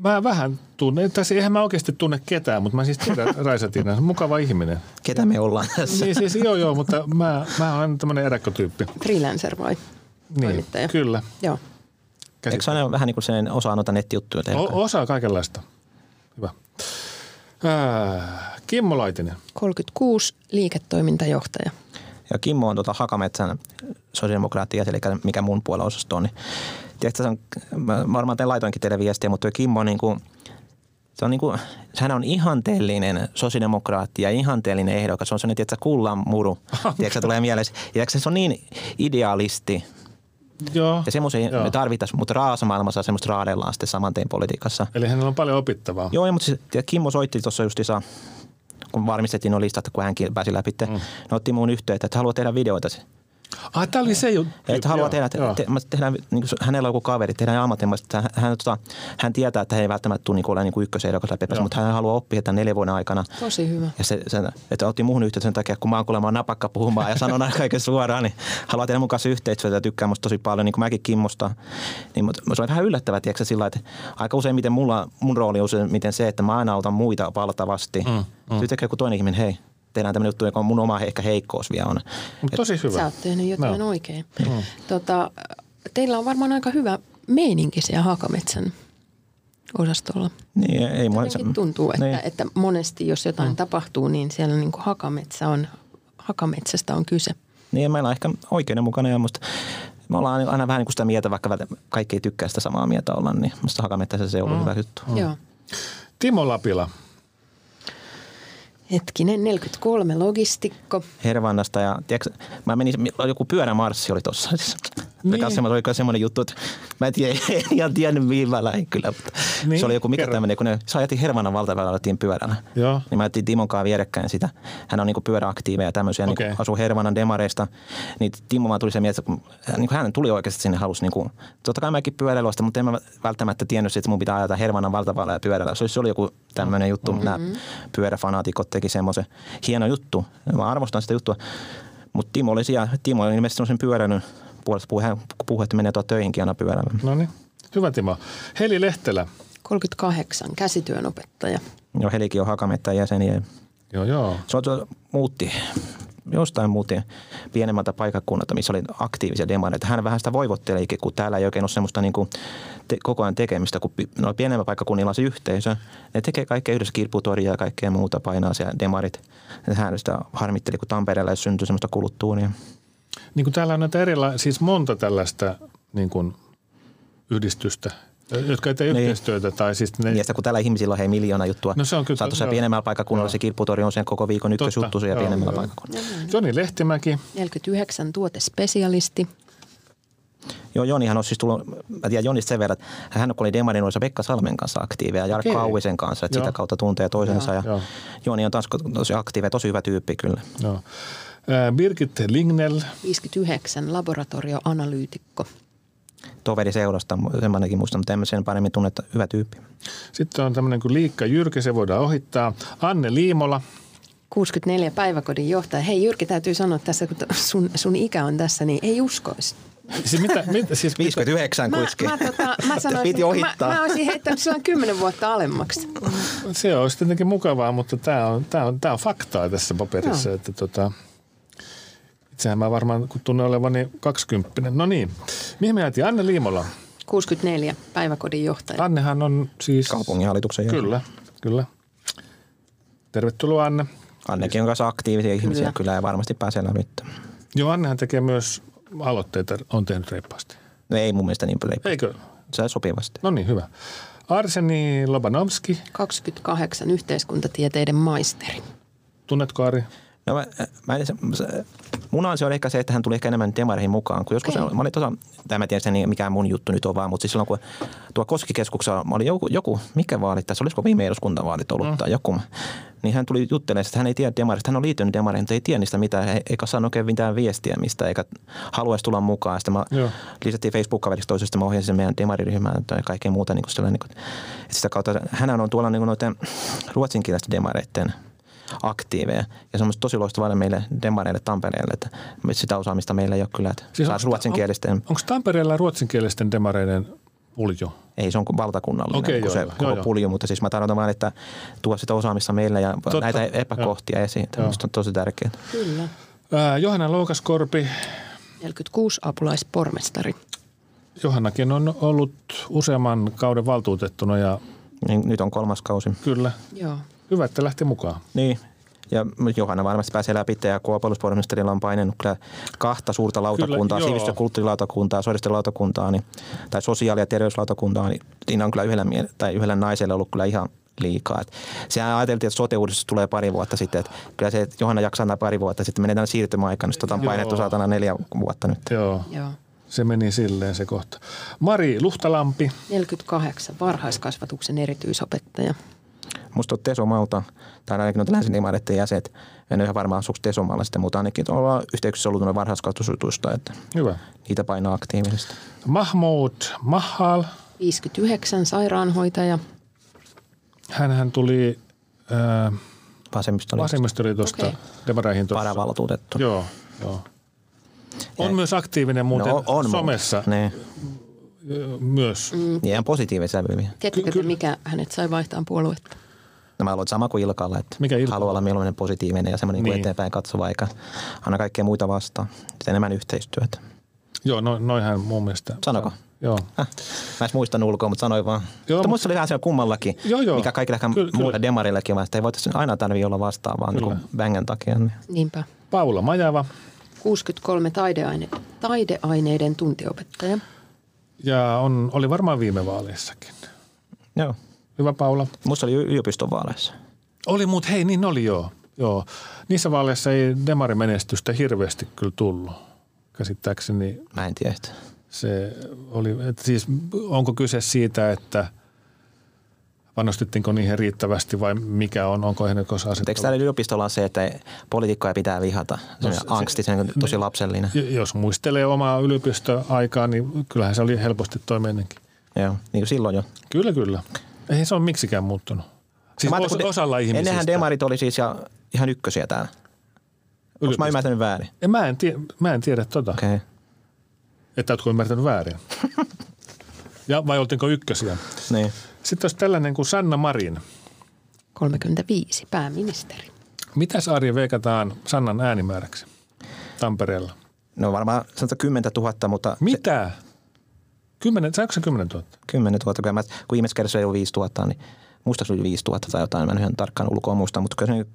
S1: mä vähän tunnen. Tässä eihän mä oikeasti tunne ketään, mutta mä siis tiedän Raisatina. Mukava ihminen.
S3: Ketä me ollaan tässä?
S1: Niin siis joo, joo, mutta mä, mä olen tämmöinen eräkkotyyppi.
S2: Freelancer vai?
S1: Niin,
S2: Toimittaja.
S1: kyllä.
S2: Joo.
S3: Eikö se aina vähän niin kuin sen osaa noita nettijuttuja tehdä?
S1: O- osaa kaikenlaista. Hyvä. Ää, Kimmo Laitinen.
S2: 36, liiketoimintajohtaja.
S3: Ja Kimmo on tuota Hakametsän sosiaalidemokraattia, eli mikä mun puolella osasto on. Niin, tiedätkö, se on, mä varmaan tein laitoinkin teille viestiä, mutta tuo Kimmo on niin kuin, se on niin kuin, hän on ihanteellinen sosiaalidemokraatti ja ihanteellinen ehdokas. Se on sellainen, tiedätkö, kullan muru. tiedätkö, tulee mieleen. Ja tiedätkö, se on niin idealisti.
S1: Joo.
S3: Ja semmoisia
S1: Joo.
S3: me tarvitaan, mutta raasamaailmassa on semmoista raadellaan sitten saman tein politiikassa.
S1: Eli hänellä on paljon opittavaa.
S3: Joo, mutta siis, tiedät, Kimmo soitti tuossa justiinsa, kun varmistettiin nuo listat, kun hänkin pääsi läpi. Mm. Ne otti muun yhteyttä, että haluaa tehdä videoita.
S1: Ah, tää oli se juttu.
S3: Että haluaa tehdä, te,
S1: Joo.
S3: te, mä tehdään, niin kuin, hänellä on joku kaveri, tehdään ammattimaista. Hän, hän, tota, hän tietää, että hän ei välttämättä tule niin ole niin ykkösehdokas läpi,
S1: Joo.
S3: mutta hän haluaa oppia tämän neljän vuoden aikana.
S2: Tosi hyvä.
S3: Ja se, se, että otti muuhun yhteyttä sen takia, kun mä oon kuulemma napakka puhumaan ja sanon aina kaiken suoraan, niin haluaa tehdä mun kanssa yhteistyötä ja tykkää musta tosi paljon, niin kuin mäkin Kimmosta. Niin, mutta se on vähän yllättävää, tiedätkö, sillä lailla, että aika usein miten mulla, mun rooli on usein miten se, että mä aina autan muita valtavasti. Mm, mm. Yhtäkkiä joku toinen ihminen, hei, tehdään tämmöinen juttu, joka on mun oma ehkä heikkous vielä on.
S1: Mut tosi hyvä.
S2: Sä oot tehnyt jotain
S1: Joo.
S2: oikein. Tota, teillä on varmaan aika hyvä meininki siellä Hakametsän osastolla.
S3: Niin, ei mua-
S2: Jotenkin tuntuu, että,
S3: Niin. Mm.
S2: niin. että monesti jos jotain tapahtuu, niin siellä niin kuin hakametsä on, hakametsästä on kyse.
S3: Niin, meillä on ehkä oikeudenmukainen ja musta me ollaan aina vähän niin kuin sitä mieltä, vaikka väl- kaikki ei tykkää sitä samaa mieltä olla, niin musta hakamettässä se on ollut mm. hyvä juttu.
S2: Mm. Joo.
S1: Timo Lapila.
S2: Hetkinen, 43 logistikko.
S3: Hervannasta ja tiedätkö, mä menin, joku pyörämarssi oli tossa. Siis, niin. Kanssa oli kyllä semmoinen juttu, että mä en tiedä, en ihan tiennyt mihin mä lähdin kyllä, mutta niin, se oli joku mikä
S1: kerro.
S3: tämmöinen, kun ne, se ajettiin Hervannan valtaväylällä, alettiin pyörällä.
S1: Joo.
S3: Niin mä ajettiin Timon kanssa vierekkäin sitä. Hän on niinku pyöräaktiiveja ja tämmöisiä, okay.
S1: Okei.
S3: niin asuu Hervannan demareista. Niin Timo vaan tuli se mieltä, kun niin hän tuli oikeasti sinne halusi, niin kuin, totta kai mäkin pyöräilystä, mutta en mä välttämättä tiennyt, sit, että mun pitää ajata Hervannan valtaväylällä ja pyörällä. Se, olisi- se oli joku tämmöinen juttu, mm-hmm. nämä pyöräfanaatikot teki semmoisen hieno juttu. Mä arvostan sitä juttua. Mutta Timo oli siellä, Timo oli ilmeisesti semmoisen pyörän puolesta puhe, puhe, että menee tuolla töihinkin aina pyörällä.
S1: No niin, hyvä Timo. Heli Lehtelä.
S2: 38, käsityönopettaja.
S3: Joo, Helikin on hakamettä jäseniä.
S1: Joo, joo.
S3: Se on tuo, muutti, jostain muutti pienemmältä paikakunnalta, missä oli aktiivisia demareita. Hän vähän sitä voivottelikin, kun täällä ei oikein ole semmoista niin kuin te, koko ajan tekemistä, kun pi- noilla pienemmillä paikkakunnilla on se yhteisö. Ne tekee kaikkea yhdessä kirpputoria ja kaikkea muuta, painaa siellä demarit. Ja Hän sitä harmitteli, kun Tampereella ei syntyi semmoista kulttuuria.
S1: Niin kuin täällä on näitä erila- siis monta tällaista niin kuin yhdistystä, jotka ei tee
S3: Niin.
S1: yhteistyötä tai siis ne,
S3: Ja sitä, kun täällä ihmisillä on hei miljoona juttua.
S1: No se on kyllä-
S3: Sä oot tuossa
S1: joo.
S3: pienemmällä paikkakunnalla, se kirpputori on sen koko viikon ykkösjuttu siellä
S1: joo,
S3: pienemmällä
S1: joo.
S3: paikkakunnalla.
S1: Joni Lehtimäki.
S2: 49, tuotespesialisti.
S3: Joo, Jonihan on siis tullut, mä tiedän Jonista sen verran, että hän kun oli demarinoissa Pekka Salmen kanssa aktiivia ja Jarkko
S1: Okei.
S3: Auisen kanssa, että
S1: Joo.
S3: sitä kautta tuntee toisensa. Ja
S1: Joo.
S3: Joni on taas tosi aktiivia, tosi hyvä tyyppi kyllä.
S1: Joo. Ää, Birgit Lingnell.
S2: 59, laboratorioanalyytikko.
S3: Toveri seurasta, sen mä ainakin muistan, mutta en mä sen paremmin tunne, että hyvä tyyppi.
S1: Sitten on tämmöinen kuin Liikka Jyrki, se voidaan ohittaa. Anne Liimola.
S2: 64 päiväkodin johtaja. Hei Jyrki, täytyy sanoa tässä, kun t- sun, sun ikä on tässä, niin ei uskoisi.
S1: Siis mitä, mitä, siis,
S3: 59
S2: Mä,
S3: kuitenkin.
S2: mä, tota, mä,
S3: Piti
S2: sanoisin,
S3: ohittaa.
S2: mä, mä olisin heittänyt sillä 10 vuotta alemmaksi.
S1: se olisi tietenkin mukavaa, mutta tämä on, tää on, tää on faktaa tässä paperissa. Että tota, itsehän mä varmaan, kun tunnen olevani 20. No niin, mihin me jäätiin? Anne Liimola.
S2: 64 päiväkodin johtaja.
S1: Annehan on siis...
S3: Kaupunginhallituksen jäsen.
S1: Kyllä, kyllä. Tervetuloa Anne.
S3: Annekin on kanssa aktiivisia ihmisiä
S2: Kyllä.
S3: kyllä ja varmasti pääsee läpi.
S1: Joo, Annehan tekee myös aloitteita, on tehnyt reippaasti.
S3: No ei mun mielestä niin paljon.
S1: Eikö?
S3: Se sopivasti.
S1: No niin, hyvä. Arseni Lobanovski,
S2: 28 yhteiskuntatieteiden maisteri.
S1: tunnetko Ari?
S3: No mä, mä en, se, se- mun ansio oli ehkä se, että hän tuli ehkä enemmän demareihin mukaan, kun joskus
S2: Okei.
S3: okay. mä olin tuossa, tämä en tiedä sen, niin mikä mun juttu nyt on vaan, mutta siis silloin kun tuo Koskikeskuksessa mä oli joku, joku mikä vaali tässä, olisiko viime eduskuntavaalit ollut mm. tai joku, niin hän tuli juttelemaan, että hän ei tiedä demarista, hän on liittynyt demareihin, mutta ei tiedä niistä mitään, e- eikä saanut oikein mitään viestiä mistä, eikä haluaisi tulla mukaan. Sitten mä
S1: Joo.
S3: Joo. lisättiin Facebook-kaveriksi toisesta, mä ohjasin sen meidän demariryhmään tai kaikkea muuta. Niin kuin sillä, niin kuin, että sitä kautta, hän on tuolla niin kuin noiden ruotsinkielisten demareiden aktiiveja. Ja se on musta tosi loistavaa meille demareille Tampereelle, että sitä osaamista meillä ei ole kyllä. Että
S1: Siis
S3: siis
S1: onks-
S3: taas ruotsinkielisten, on,
S1: Onko Tampereella ruotsinkielisten demareiden puljo?
S3: ei se on kuin valtakunnallinen
S1: Okei,
S3: okay, kun
S1: joo,
S3: se
S1: joo,
S3: koko
S1: joo, joo.
S3: pulju, mutta siis mä tarkoitan vaan, että tuo sitä osaamista meillä ja
S1: Totta,
S3: näitä
S1: joo.
S3: epäkohtia esiin. Että
S1: Joo.
S3: Musta on tosi tärkeää.
S2: Kyllä.
S1: Ää, Äh, Johanna Loukaskorpi.
S2: 46 apulaispormestari.
S1: Johannakin on ollut useamman kauden valtuutettuna ja
S3: Niin, nyt on kolmas kausi.
S1: kyllä,
S2: Joo.
S1: hyvä, että lähti mukaan.
S3: Niin. Ja Johanna varmasti pääsee läpi ja kuopalluspormesterilla on painanut kyllä kahta suurta lautakuntaa,
S1: Kyllä, joo.
S3: sivistys- ja kulttuurilautakuntaa, sodistelautakuntaa niin, tai sosiaali- ja terveyslautakuntaa, niin siinä on kyllä yhdellä, mie- tai yhdellä naisella ollut kyllä ihan liikaa. Et sehän ajateltiin, että sote tulee pari vuotta sitten. Et kyllä se, että Johanna jaksaa nämä pari vuotta sitten, menee tämän siirtymäaikaan, niin sitä on
S1: Joo.
S3: painettu saatana neljä vuotta nyt.
S1: Joo,
S2: Joo.
S1: se meni silleen se kohta. Mari Luhtalampi.
S2: 48 varhaiskasvatuksen erityisopettaja.
S3: Musta on Tesomauta, tai ainakin noita länsidimareiden jäsenet, en ole ihan varma asuuko Tesomalla sitten, mutta ainakin ollaan yhteyksissä ollut noin varhaiskasvatusjutuista, että
S1: Hyvä.
S3: niitä painaa aktiivisesti.
S1: Mahmoud Mahal.
S2: 59 sairaanhoitaja.
S1: Hänhän tuli ää, No niin.
S3: vasemmistoliitosta.
S1: vasemmistoliitosta okay.
S2: Okei.
S1: demareihin tuossa.
S3: varavaltuutettu.
S1: Joo, joo. On myös aktiivinen muuten no, on, somessa ne.
S3: Niin.
S1: myös.
S3: Mm. Ja ihan positiivisia sävyjä.
S2: Tiedättekö te, mikä hänet sai vaihtaa puoluetta?
S3: Nämä ovat sama kuin Ilkalla, että
S1: Mikä Ilkka
S3: haluaa olla mieluummin positiivinen ja semmoinen
S1: Niin.
S3: niin. eteenpäin katsova, eikä aina kaikkea muita vastaan. Sitten enemmän yhteistyötä.
S1: Joo, no, noinhan mun mielestä.
S3: Sanoko?
S1: Joo.
S3: Häh? Mä en muistanut ulkoa, mutta sanoin vaan. Joo,
S1: mutta-
S3: mutta musta oli vähän siellä kummallakin,
S1: Joo, joo.
S3: mikä kaikilla ehkä
S1: Kyllä, kyllä.
S3: muilla demarillekin vaan, että ei voitaisiin aina tarvii olla vastaan, vaan niin
S1: Kyllä.
S3: kuin bängen takia. Niin.
S2: Niinpä.
S1: Paula Majava.
S2: 63 taideaine, taideaineiden tuntiopettaja.
S1: Ja on, oli varmaan viime vaaleissakin.
S3: Joo.
S1: Hyvä Paula.
S3: Musta oli y- yliopiston vaaleissa.
S1: Oli muut, hei niin oli joo. joo. Niissä vaaleissa ei demarimenestystä hirveästi kyllä tullut. Käsittääkseni
S3: Mä en tiedä. Että.
S1: se oli, että siis onko kyse siitä, että panostettiinko niihin riittävästi vai mikä on, onko ennen kuin
S3: Eikö täällä yliopistolla on se, että poliitikkoja pitää vihata? Se on
S1: No se-
S3: angsti, se on niin tosi lapsellinen.
S1: Jos muistelee omaa yliopistoaikaa, niin kyllähän se oli helposti toimeenkin.
S3: Joo, niin kuin silloin jo.
S1: Kyllä, kyllä. Ei se ole miksikään muuttunut. Siis
S3: Mä
S1: no,
S3: ajattelin,
S1: os,
S3: kun de-
S1: osalla ihmisistä.
S3: Ennenhän demarit oli siis ja, ihan ykkösiä täällä. Onko
S1: yliopisto-
S3: mä ymmärtänyt väärin?
S1: En- mä, en tie, mä en tiedä tota, okay.
S3: Okei. Okay.
S1: että oletko ymmärtänyt väärin. ja vai oltiinko ykkösiä?
S3: Niin.
S1: Sitten olisi tällainen kuin Sanna Marin.
S2: 35, pääministeri.
S1: Mitäs Arje veikataan Sannan äänimääräksi Tampereella?
S3: No varmaan sanotaan 10 000, mutta
S1: Mitä? Kymmenen, saako se 10 000?
S3: 10 000, kyllä mä, kun viimeisessä kerrassa ei ollut 5 000, niin muista se oli 5 000 tai jotain, mä en ihan tarkkaan ulkoa muista, mutta kyllä se nyt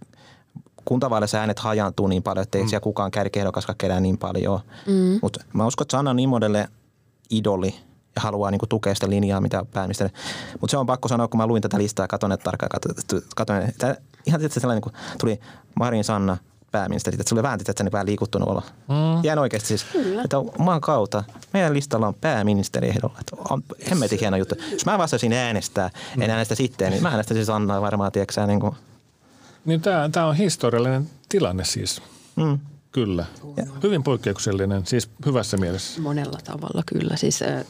S3: kuntavaaleissa äänet hajaantuu niin paljon, että ei mm. siellä kukaan kärkiehdokas kerää niin paljon. Mm. Mutta mä uskon, että Sanna Nimodelle niin idoli ja haluaa niinku tukea sitä linjaa, mitä pääministeri. Mutta se on pakko sanoa, kun mä luin tätä listaa ja katsoin, että tarkkaan katsoin, katsoin että ihan tietysti sellainen, kun tuli Marin Sanna pääministeri, että sulle vähän tietysti, että se on vähän liikuttunut olla. Mm. Jään oikeasti siis, Kyllä. että maan kautta meidän listalla on pääministeri ehdolla. Että on hemmetin hieno juttu. Jos mä vastasin äänestää, en äänestä sitten, niin mä äänestäisin Sannaa varmaan, tiedätkö niin kuin,
S1: Niin tämä, tämä on historiallinen tilanne siis.
S3: mm.
S1: Kyllä. Hyvin poikkeuksellinen, siis hyvässä mielessä.
S2: Monella tavalla kyllä. Siis äh,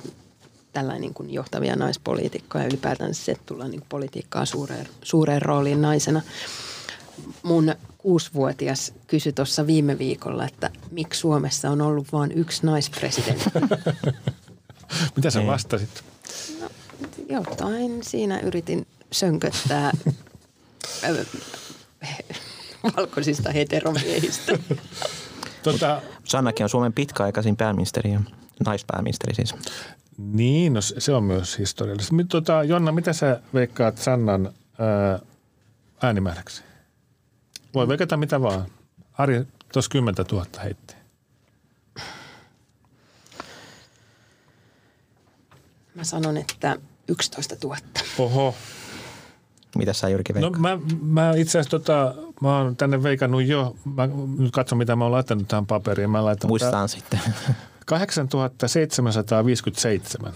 S2: tällainen niin kuin johtavia naispoliitikkoja ylipäätään se, että tullaan niin kuin politiikkaa suureen, suureen rooliin naisena. Mun kuusivuotias kysyi tuossa viime viikolla, että miksi Suomessa on ollut vain yksi naispresidentti.
S1: Mitä sä
S3: Niin.
S1: vastasit?
S2: Jotain siinä yritin sönköttää ö, valkoisista heteromiehistä.
S1: Tota,
S3: Sannakin on Suomen pitkäaikaisin pääministeri ja naispääministeri siis.
S1: niin, no se se on myös historiallista. Mit- Tota, Jonna, mitä sä veikkaat Sannan ää, äänimääräksi? Voi veikata mitä vaan. Ari, tuossa 10 000 heitti.
S2: Mä sanon, että 11 000.
S1: Oho.
S3: Mitä sä Jyrki
S1: No
S3: veikkaat?
S1: mä, mä itse asiassa tota, mä oon tänne veikannut jo. Mä nyt katson, mitä mä oon laittanut tähän paperiin. Mä laitan
S3: Muistetaan sitten.
S1: 8757.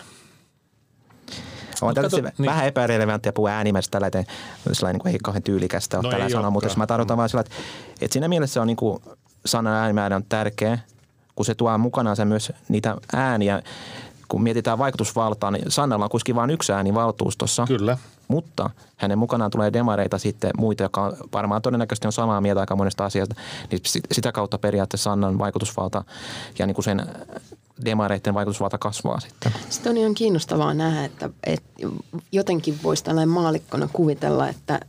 S3: On
S1: Mut
S3: tietysti
S1: kato, niin.
S3: niin. vähän epärelevantti ja puhua äänimäärästä tällä tavalla, sellainen niin ei kauhean tyylikästä
S1: No
S3: ole
S1: ei
S3: tällä sanoa, mutta
S1: olekaan.
S3: jos mä tarkoitan vaan sillä, että, että siinä mielessä se on niin kuin, sanan äänimäärä on tärkeä, kun se tuo mukanaan se myös niitä ääniä. Kun mietitään vaikutusvaltaa, niin Sannalla on kuitenkin vain yksi ääni valtuustossa.
S1: Kyllä.
S3: Mutta hänen mukanaan tulee demareita sitten muita, joka on varmaan todennäköisesti on samaa mieltä aika monesta asiasta. Niin sit- sitä kautta periaatteessa Annan vaikutusvalta ja niin kuin sen demareiden vaikutusvalta kasvaa sitten.
S2: Sitten on ihan kiinnostavaa nähdä, että, että jotenkin voisi tällainen maalikkona kuvitella, että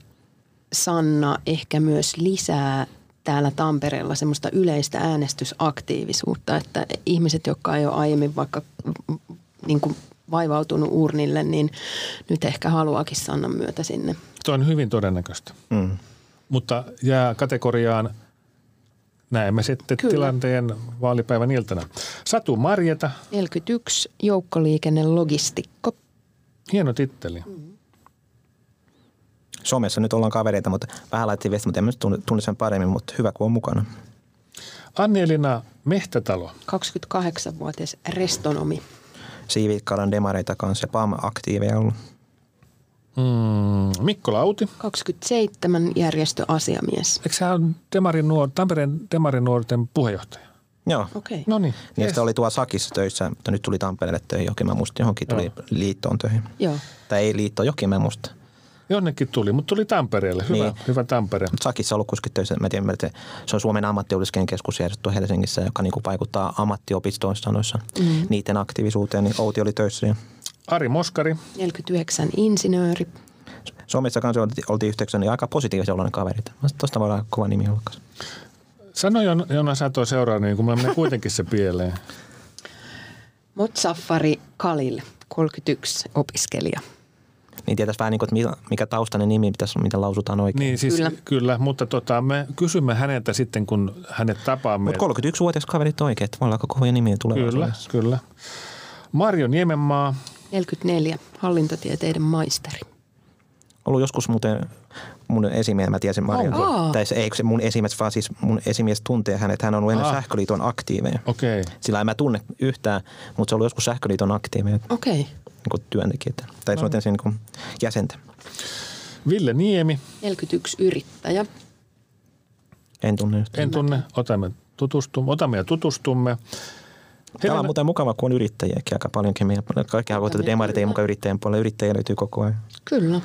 S2: Sanna ehkä myös lisää täällä Tampereella semmoista yleistä äänestysaktiivisuutta, että ihmiset, jotka ei ole aiemmin vaikka mm, niin kuin vaivautunut urnille, niin nyt ehkä haluaakin Sannan myötä sinne.
S1: Tuo on hyvin todennäköistä.
S3: Mm.
S1: Mutta jää kategoriaan näemme sitten Kyllä.
S2: Kyllä.
S1: tilanteen vaalipäivän iltana. Satu Marjeta,
S2: 41 joukkoliikennelogistikko.
S1: hieno titteli.
S3: Somessa nyt ollaan kavereita, mutta vähän laitettiin viestiä, mutta en mä nyt tunne, tunne sen paremmin, mutta hyvä kun on mukana.
S1: Annelina Mehtätalo,
S2: 28-vuotias restonomi.
S3: Siivikkalan demareita kanssa ja PAM aktiiveja ollut.
S1: mm, Mikko Lauti.
S2: 27 järjestöasiamies.
S1: Eikö hän ole Demarin nuor- Tampereen Demarin nuorten puheenjohtaja?
S3: Joo.
S2: Okei.
S1: No niin.
S3: Niin sitten oli tuolla Sakissa töissä, mutta nyt tuli Tampereelle töihin jokin, mä muistin johonkin tuli liittoon töihin.
S2: Joo.
S3: Tai ei liitto, jokin mä muista.
S1: Jonnekin tuli, mutta tuli Tampereelle. Hyvä, niin.
S3: Niin.
S1: hyvä Tampere.
S3: Mutta Sakissa on ollut kuskin töissä, mä tiedän, että se on Suomen ammattiopiskelijan keskusjärjestö Helsingissä, joka niinku vaikuttaa ammattiopistoissa noissa, mm. niiden aktiivisuuteen, niin Outi oli töissä. Ja
S1: Ari Moskari,
S2: 49 insinööri.
S3: Suomessa kanssa oltiin, oltiin yhteyksissä, niin aika positiivisia olla ne kaverit. Mä sanoin, Tosta voidaan kova nimi olla. kanssa.
S1: sano Jon- Jonna, sä toi seuraa, niin kun mulla menee kuitenkin se pieleen.
S2: Motsaffari Kalil, 31 opiskelija.
S3: niin tietäisi vähän niin kuin, että mikä taustainen nimi pitäisi olla, mitä lausutaan oikein.
S1: Niin siis kyllä,
S2: Kyllä.
S1: kyllä mutta tota, me kysymme häneltä sitten, kun hänet tapaamme.
S3: Mutta 31-vuotias kaverit oikein, että voi olla aika kohoja nimiä
S1: Kyllä,
S3: tulevaisuudessa.
S1: kyllä. Marjo Niemenmaa,
S2: 44, hallintotieteiden maisteri.
S3: Ollut joskus muuten mun esimies, mä tiesin Marjan.
S2: Onko?
S3: Tai se, ei kun se mun esimies, vaan siis mun esimies tuntee hänet. Hän on ollut ennen
S1: Ah.
S3: sähköliiton aktiiveja.
S1: okei. Okay.
S3: Sillä en mä tunne yhtään, mutta se oli joskus sähköliiton aktiiveja
S2: Okei, okay.
S3: niin työntekijöitä. Tai
S1: Ah.
S3: no. sanotaan niin kuin jäsentä.
S1: Ville Niemi,
S2: 41 yrittäjä.
S3: En tunne yhtään.
S1: en tunne, otamme, tutustumme, otamme ja tutustumme.
S3: Täällä
S1: Helena,
S3: on muuten mukava, kun on yrittäjiäkin aika paljonkin. Meillä kaikki haluaa tätä demarit ei mukaan yrittäjien puolella. Yrittäjiä löytyy koko ajan.
S2: Kyllä.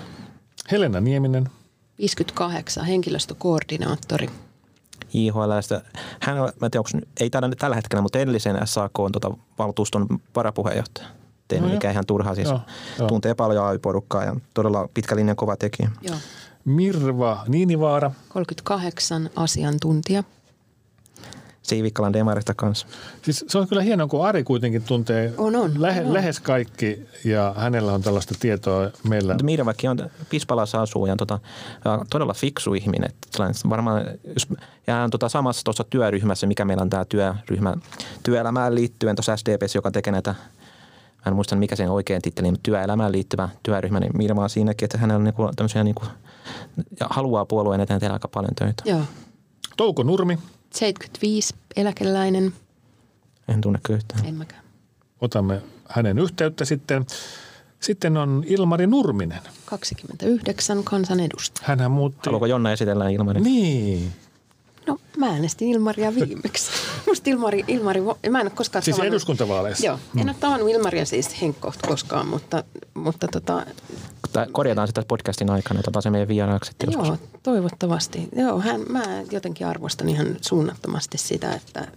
S1: Helena Nieminen,
S2: 58, henkilöstökoordinaattori.
S3: JHL. Hän on, mä en tiedä, onko, ei tällä, tällä hetkellä, mutta edellisen SAK on tota, valtuuston varapuheenjohtaja. Tehnyt,
S1: No
S3: no mikä
S1: joo.
S3: ihan turhaa siis.
S1: Joo,
S3: Joo,
S1: joo.
S3: Tuntee paljon AY-porukkaa ja todella pitkä linjan kova tekijä.
S2: Joo.
S1: Mirva Niinivaara,
S2: 38, asiantuntija.
S3: Siivikkalan demarista kanssa.
S1: Siis se on kyllä hienoa, kun Ari kuitenkin tuntee
S2: On, on.
S1: lähe,
S2: On.
S1: lähes kaikki ja hänellä on tällaista tietoa meillä.
S3: Mutta Mirväki on Pispalassa asuu ja on tota, ja todella fiksu ihminen. että sellainen Varmaan, jos, ja hän on tota samassa tuossa työryhmässä, mikä meillä on tämä työryhmä työelämään liittyen tuossa SDPssä, joka tekee näitä Mä en muista, mikä sen oikein titteli, mutta työelämään liittyvä työryhmä, niin Mirma on siinäkin, että hänellä on niinku tämmöisiä niinku, ja haluaa puolueen eteen tehdä aika paljon töitä.
S2: Joo.
S1: Touko Nurmi,
S2: 75, eläkeläinen.
S3: En tunne kyllä yhtään.
S2: En mäkään.
S1: otamme hänen yhteyttä sitten. Sitten on Ilmari Nurminen.
S2: 29, kansanedustaja.
S1: Hänhän muutti.
S3: Haluaako Jonna esitellä ilman?
S1: Niin.
S2: No mä äänestin Ilmaria viimeksi. Musta Ilmari, Ilmari, vo- mä en ole koskaan
S1: Siis
S2: tavannut-
S1: eduskuntavaaleissa.
S2: Joo, en ole tavannut Ilmaria siis henkkohta koskaan, mutta, mutta tota,
S3: Tai korjataan sitä podcastin aikana, otetaan se meidän vieraaksi. sitten joskus.
S2: joo, toivottavasti. Joo, hän, mä jotenkin arvostan ihan suunnattomasti sitä, että,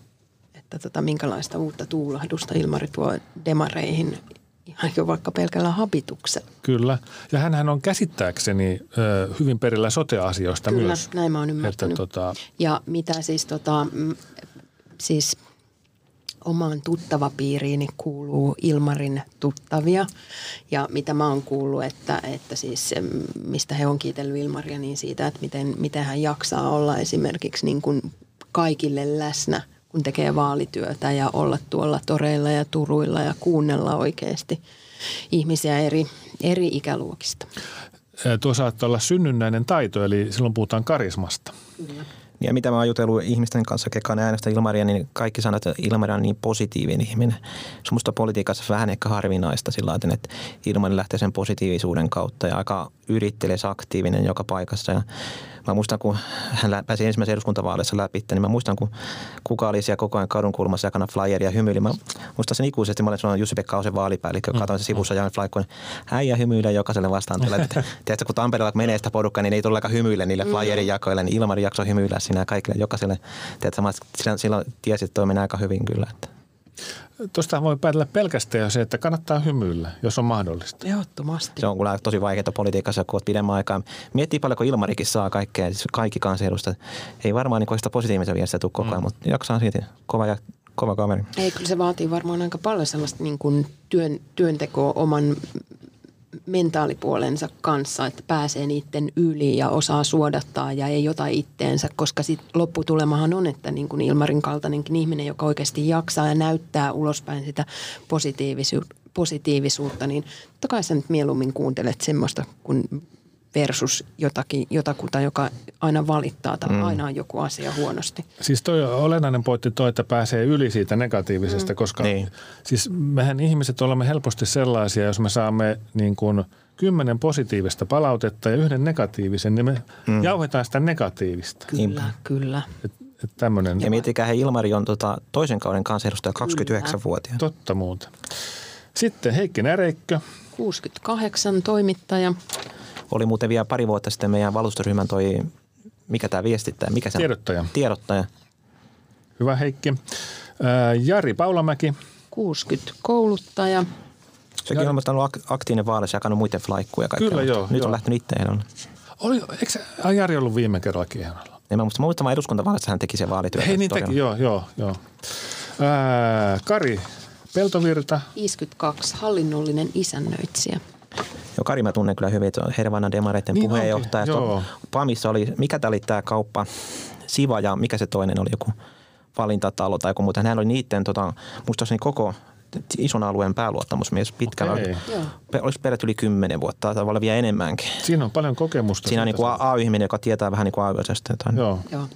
S2: että tota, minkälaista uutta tuulahdusta Ilmari tuo demareihin ihan jo vaikka pelkällä habituksella.
S1: Kyllä. Ja hänhän on käsittääkseni ö, hyvin perillä sote-asioista
S2: Kyllä,
S1: myös.
S2: näin mä oon
S1: Että
S2: ymmärtänyt.
S1: tota,
S2: Ja mitä siis, tota, mm, siis omaan tuttavapiiriini kuuluu Ilmarin tuttavia ja mitä mä oon kuullut, että, että siis mm, mistä he on kiitellyt Ilmaria, niin siitä, että miten, miten hän jaksaa olla esimerkiksi niin kuin kaikille läsnä, kun tekee vaalityötä ja olla tuolla toreilla ja turuilla ja kuunnella oikeasti ihmisiä eri, eri ikäluokista.
S1: ö, tuo saattaa olla synnynnäinen taito, eli silloin puhutaan karismasta.
S3: Ja mitä mä oon jutellut ihmisten kanssa, ketkä on äänestä Ilmaria, niin kaikki sanoo, että Ilmari on niin positiivinen ihminen. Se on musta politiikassa vähän ehkä harvinaista sillä lailla, että Ilmari lähtee sen positiivisuuden kautta ja aika yrittelijäs aktiivinen joka paikassa. Ja mä muistan, kun hän lä- pääsi ensimmäisen eduskuntavaaleissa läpi, niin mä muistan, kun kuka oli siellä koko ajan kadun kulmassa jakana flyeria hymyili. Mä muistan sen ikuisesti, mä olin silloin Jussi-Pekka Ausen vaalipäällikkö, katsoin sen sivussa Jan Flaikkoon, äijä hymyilee jokaiselle vastaan. Tällä, että, tiedätkö, kun Tampereella kun menee sitä porukkaa, niin ei todellakaan hymyile niille flyerin jakoille, niin Ilmari jaksoi hymyillä sinä kaikille jokaiselle. Tiedätkö, mä silloin, silloin tiesin, että toi menee aika hyvin kyllä. Että.
S1: Tuosta voi päätellä pelkästään jo se, että kannattaa hymyillä, jos on mahdollista.
S2: Ehdottomasti.
S3: Se on kyllä tosi vaikeaa politiikassa, kun olet pidemmän aikaa. Miettii paljonko Ilmarikin saa kaikkea, siis kaikki kansanedustajat. Ei varmaan niin sitä positiivista viestiä tule koko ajan, mm. mutta jaksaa silti. Kova, ja, kova kaveri.
S2: Ei, kyllä se vaatii varmaan aika paljon sellaista niin kuin työn, työntekoa oman mentaalipuolensa kanssa, että pääsee niiden yli ja osaa suodattaa ja ei ota itteensä, koska sit lopputulemahan on, että niin kuin Ilmarin kaltainenkin ihminen, joka oikeasti jaksaa ja näyttää ulospäin sitä positiivisu- positiivisuutta, niin totta kai sä nyt mieluummin kuuntelet semmoista kuin versus jotakin, jotakuta, joka aina valittaa tai aina on joku asia huonosti.
S1: Siis toi on olennainen pointti toi, että pääsee yli siitä negatiivisesta, mm. koska niin.
S3: Niin.
S1: siis mehän ihmiset olemme helposti sellaisia, jos me saamme niin kuin kymmenen positiivista palautetta ja yhden negatiivisen, niin me mm. jauhetaan sitä negatiivista.
S2: Kyllä,
S3: Niinpä.
S2: kyllä.
S1: Että et tämmöinen
S3: Ja miettikää, he Ilmari on tota, toisen kauden kansanedustaja 29-vuotiaana.
S1: totta muuta. Sitten Heikki Näreikkö,
S2: 68 toimittaja.
S3: Oli muuten vielä pari vuotta sitten meidän valtuustoryhmän toi, mikä tämä viestittää, mikä se on?
S1: tiedottaja.
S3: Tiedottaja.
S1: Hyvä Heikki. Ää, Jari Paulamäki,
S2: 60 kouluttaja.
S3: Sekin on ollut ak- aktiivinen vaaleissa, jakanut muiden flaikkuja ja kaikkea.
S1: Kyllä,
S3: mutta
S1: joo,
S3: Nyt
S1: joo.
S3: on lähtenyt itse ehdolle.
S1: oli, eikö se- ai, Jari ollut viime kerrallakin ehdolla?
S3: En mä muista, mä muistan vaan eduskuntavaaleissa hän teki sen vaalityötä.
S1: Hei niin
S3: todella.
S1: teki, joo, joo, joo. Ää, Kari Peltovirta,
S2: 52 hallinnollinen isännöitsijä.
S3: Jo Kari mä tunnen kyllä hyvin, se on Hervannan demareiden
S1: Niin
S3: niin puheenjohtaja.
S1: onkin, joo.
S3: Tuo Pamissa oli, mikä tämä oli tämä kauppa, Siva ja mikä se toinen oli, joku valintatalo tai joku muuta. Hän oli niiden, tota, muistaakseni koko ison alueen pääluottamusmies pitkään.
S1: Okei.
S3: Okay. Olisi peräti yli kymmenen vuotta tai vielä enemmänkin.
S1: Siinä on paljon kokemusta.
S3: Siinä on niin
S1: siitä
S3: kuin AY-ihminen, joka tietää vähän niin kuin AY-asioista jotain.
S1: Joo.
S2: Joo.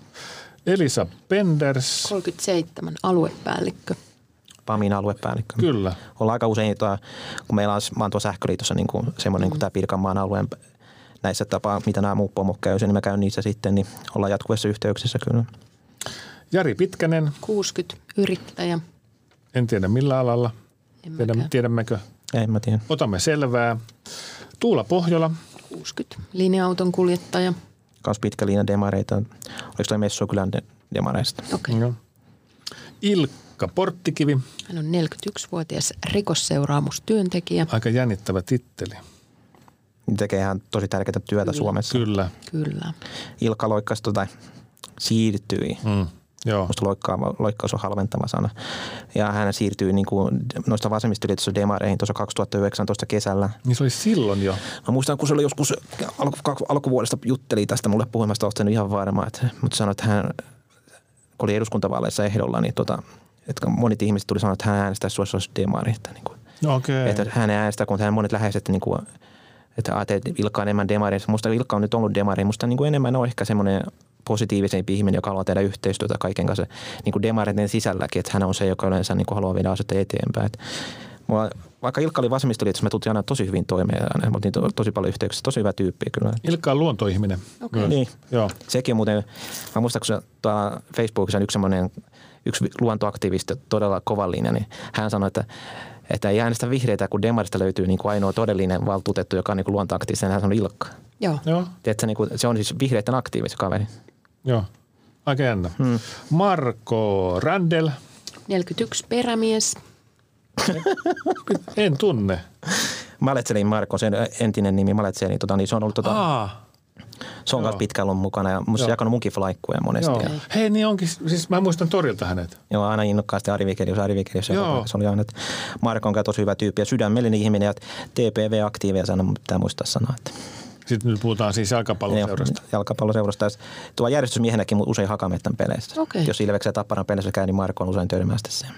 S1: Elisa Penders,
S2: 37 aluepäällikkö.
S3: PAMin aluepäällikkö.
S1: kyllä.
S3: Ollaan aika usein, tuo, kun meillä on, mä oon tuossa sähköliitossa niin kuin semmoinen, mm. kun tämä Pirkanmaan alueen näissä tapaa, mitä nämä muut pomot käy, niin mä käyn niissä sitten, niin ollaan jatkuvassa yhteyksissä kyllä.
S1: Jari Pitkänen,
S2: 60 yrittäjä.
S1: en tiedä millä alalla.
S2: En
S1: Tiedä,
S2: mäkään.
S1: tiedämmekö?
S3: En mä tiedä.
S1: Otamme selvää. Tuula Pohjola,
S2: 60 linja-auton kuljettaja.
S3: Kans pitkä liina demareita. Oliko toi Messukylän de- demareista?
S2: Okei.
S1: Joo. Ilkka Porttikivi,
S2: Hän on 41-vuotias rikosseuraamustyöntekijä.
S1: aika jännittävä titteli.
S3: Ne Niin tekee ihan tosi tärkeää työtä Suomessa.
S1: Kyllä.
S2: Kyllä.
S3: Ilkka loikkasi tota, siirtyi.
S1: Mm. Joo.
S3: Musta loikkaava, loikkaus on halventava sana. Ja hän siirtyi niin kuin noista vasemmistoliitossa demareihin tuossa 2019 kesällä.
S1: Niin se oli silloin jo.
S3: Mä muistan, kun se oli joskus alku, kak- alkuvuodesta jutteli tästä mulle puhumasta, olen ihan varma, että, mutta sanoi, että hän, kun oli eduskuntavaaleissa ehdolla, niin tota, että monet ihmiset tuli sanoa, että hän äänestää suossa olisi demari. Että, niin kuin,
S1: No Okei.
S3: että
S1: Okay.
S3: hän äänestää, kun hän monet läheiset niin kuin, että ajattelee, että Ilkka on enemmän demari. Musta Ilkka on nyt ollut demari. Musta niin kuin enemmän on ehkä semmoinen positiivisempi ihminen, joka haluaa tehdä yhteistyötä kaiken kanssa niin kuin demareiden sisälläkin, että hän on se, joka yleensä niin kuin haluaa viedä asioita eteenpäin. Et mulla, vaikka Ilkka oli vasemmistoliitossa, me tultiin aina tosi hyvin toimeen aina. Me oltiin to, tosi paljon yhteyksissä. Tosi hyvä tyyppi kyllä.
S1: Ilkka on luontoihminen.
S2: Okei.
S1: Myös.
S3: Niin.
S1: Joo.
S3: Sekin muuten, mä muistan, kun se tuolla Facebookissa on yksi semmoinen, yksi vi- luontoaktivisti, todella kova linja, niin hän sanoi, että että ei äänestä vihreitä, kun Demarista löytyy niin kuin ainoa todellinen valtuutettu, joka on niin kuin luontoaktiivinen. Hän sanoi Ilkka.
S2: Joo.
S1: Joo.
S3: Tiedätkö, niin kuin, se on siis vihreiden aktiivisin kaveri.
S1: Joo. Aika jännä. Hmm. Marko Randel,
S2: 41 perämies.
S1: en tunne.
S3: Maletselin Marko, sen entinen nimi Maletselin, tota, niin se on ollut tota,
S1: Aa.
S3: se on myös pitkään ollut mukana ja musta
S1: Joo.
S3: jakanut munkin flaikkuja monesti.
S1: Joo.
S3: Joo.
S1: Hei, niin onkin. Siis mä muistan torilta hänet.
S3: Joo, aina innokkaasti Ari Vikelius, Ari Vikelius.
S1: Joo.
S3: Joo. Se oli aina, että Marko on kyllä tosi hyvä tyyppi ja sydämellinen ihminen ja TPV-aktiiveja sana, mutta pitää muistaa sanoa. Että.
S1: Sitten nyt puhutaan siis jalkapalloseurasta.
S3: Joo, Jalkapalloseurasta. Ja Tuo järjestysmiehenäkin usein hakamettan peleissä.
S2: Okei.
S3: Jos Ilveksen ja Tapparan peleissä käy, niin Marko on usein törmästi sen.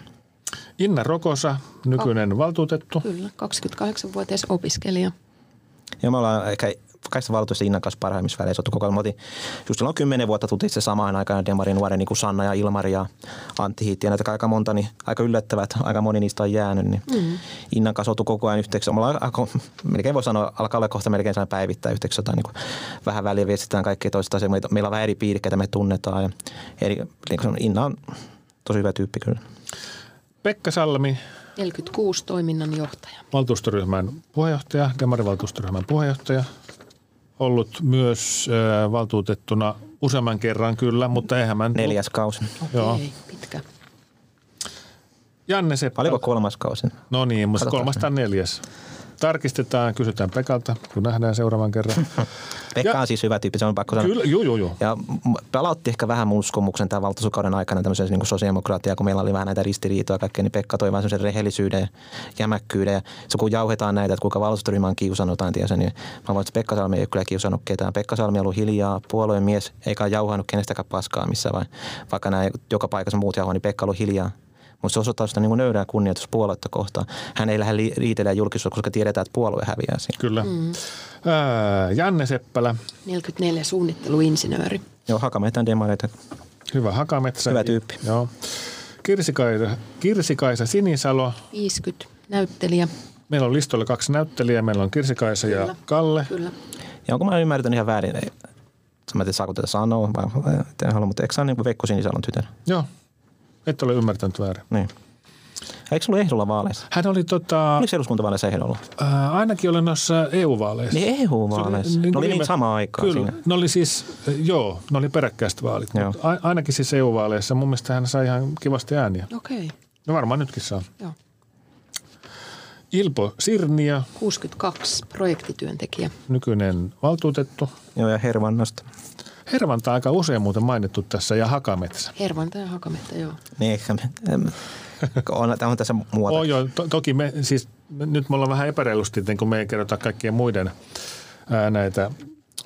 S1: Inna Rokosa, nykyinen valtuutettu.
S2: Kyllä. 28-vuotias opiskelija.
S3: Ja me ollaan ehkä kaikista valtuista Innan kanssa parhaimmissa väleissä oltu koko ajan. Me oltiin- Just silloin kymmenen vuotta tultiin se samaan aikaan Demarin nuoren, niin kuin Sanna ja Ilmari ja Antti Hiitti ja näitä aika monta, niin aika yllättävää, että aika moni niistä on jäänyt. Niin mm. Innan kanssa oltu koko ajan yhteyksissä. Me ollaan aika, melkein voi sanoa, alkaa olla kohta melkein sellainen päivittäin yhteyksissä jotain, niin kuin vähän väliä viestitään kaikkea toista asiaa. Meitä- Meillä on vähän eri piirikkeitä, me tunnetaan. Ja eri, niin kuin sanon, Inna on tosi hyvä tyyppi kyllä.
S1: Pekka Salmi,
S2: 46 toiminnanjohtaja.
S1: valtuustoryhmän puheenjohtaja, demarivaltuustoryhmän puheenjohtaja. Ollut myös ö, valtuutettuna useamman kerran kyllä, mutta eihän mä...
S3: Neljäs kausi.
S1: Joo.
S2: Okei, pitkä.
S1: Janne Seppä.
S3: Oliko kolmas kausi?
S1: No niin, mutta
S3: Katsotaan.
S1: kolmas tai neljäs. Tarkistetaan, kysytään Pekalta, kun nähdään seuraavan kerran.
S3: Pekka
S1: Ja-
S3: on siis hyvä tyyppi, se on pakko sanoa.
S1: Kyllä, juu, juu, juu.
S3: Ja m- palautti ehkä vähän mun uskomuksen tämän valtuuskauden aikana tämmöisen niin sosiaalidemokraattia, kun meillä oli vähän näitä ristiriitoja ja kaikkea, niin Pekka toi vähän semmoisen rehellisyyden ja jämäkkyyden. Ja se kun jauhetaan näitä, että kuinka valtuustoryhmä on kiusannut jotain, tiesä, niin mä voin, että Pekka Salmi ei ole kyllä kiusannut ketään. Pekka Salmi on ollut hiljaa, puolueen mies, eikä ole jauhannut kenestäkään paskaa missään, vai vaikka nämä joka paikassa muut jauhaa, niin Pekka on ollut hiljaa. Mutta se osoittaa sitä niin nöyrää kunnioitus puoluetta kohtaan. Hän ei lähde li- riitelemään julkisuudessa, koska tiedetään, että puolue häviää siinä.
S1: Kyllä. Mm. Ää, Janne Seppälä,
S2: 44 suunnitteluinsinööri.
S3: Joo, hakameetään demareita.
S1: hyvä hakametsä.
S3: Hyvä tyyppi.
S1: Joo. Kirsikaisa, Kirsikaisa Sinisalo.
S2: 50 näyttelijä.
S1: Meillä on listolla kaksi näyttelijää. Meillä on Kirsikaisa ja
S2: Kyllä.
S1: Kalle.
S2: Kyllä.
S3: Ja onko mä ymmärtänyt ihan väärin? Ei, mä en tiedä, saako tätä sanoa, vai et en halua, mutta eikö sä ole niin kuin Veikko Sinisalon tytär?
S1: Joo. Et ole ymmärtänyt väärin.
S3: Niin. Eikö se ollut ehdolla vaaleissa?
S1: Hän oli tota,
S3: Oliko se eduskuntavaaleissa ehdolla?
S1: ää, ainakin oli noissa EU-vaaleissa.
S3: Niin
S1: Se
S3: EU-vaaleissa.
S1: oli
S3: Ne oli
S1: viime-
S3: niin samaan aikaan
S1: Kyllä,
S3: siinä.
S1: ne oli siis, joo, ne oli peräkkäiset vaalit.
S3: Joo.
S1: Mutta a- ainakin siis EU-vaaleissa mun mielestä hän sai ihan kivasti ääniä.
S2: Okei,
S1: No varmaan nytkin saa.
S2: joo.
S1: Ilpo Sirniö,
S2: 62 projektityöntekijä.
S1: nykyinen valtuutettu.
S3: Joo, ja Hervannasta.
S1: Hervanta aika usein muuten mainittu tässä ja Hakametsä.
S2: Hervanta ja Hakametta, joo.
S3: Niin, ehkä me... em, On, on tässä muuta.
S1: Oh, joo, to, toki me siis nyt me ollaan vähän epäreilusti, kun me ei kerrota kaikkien muiden ää, näitä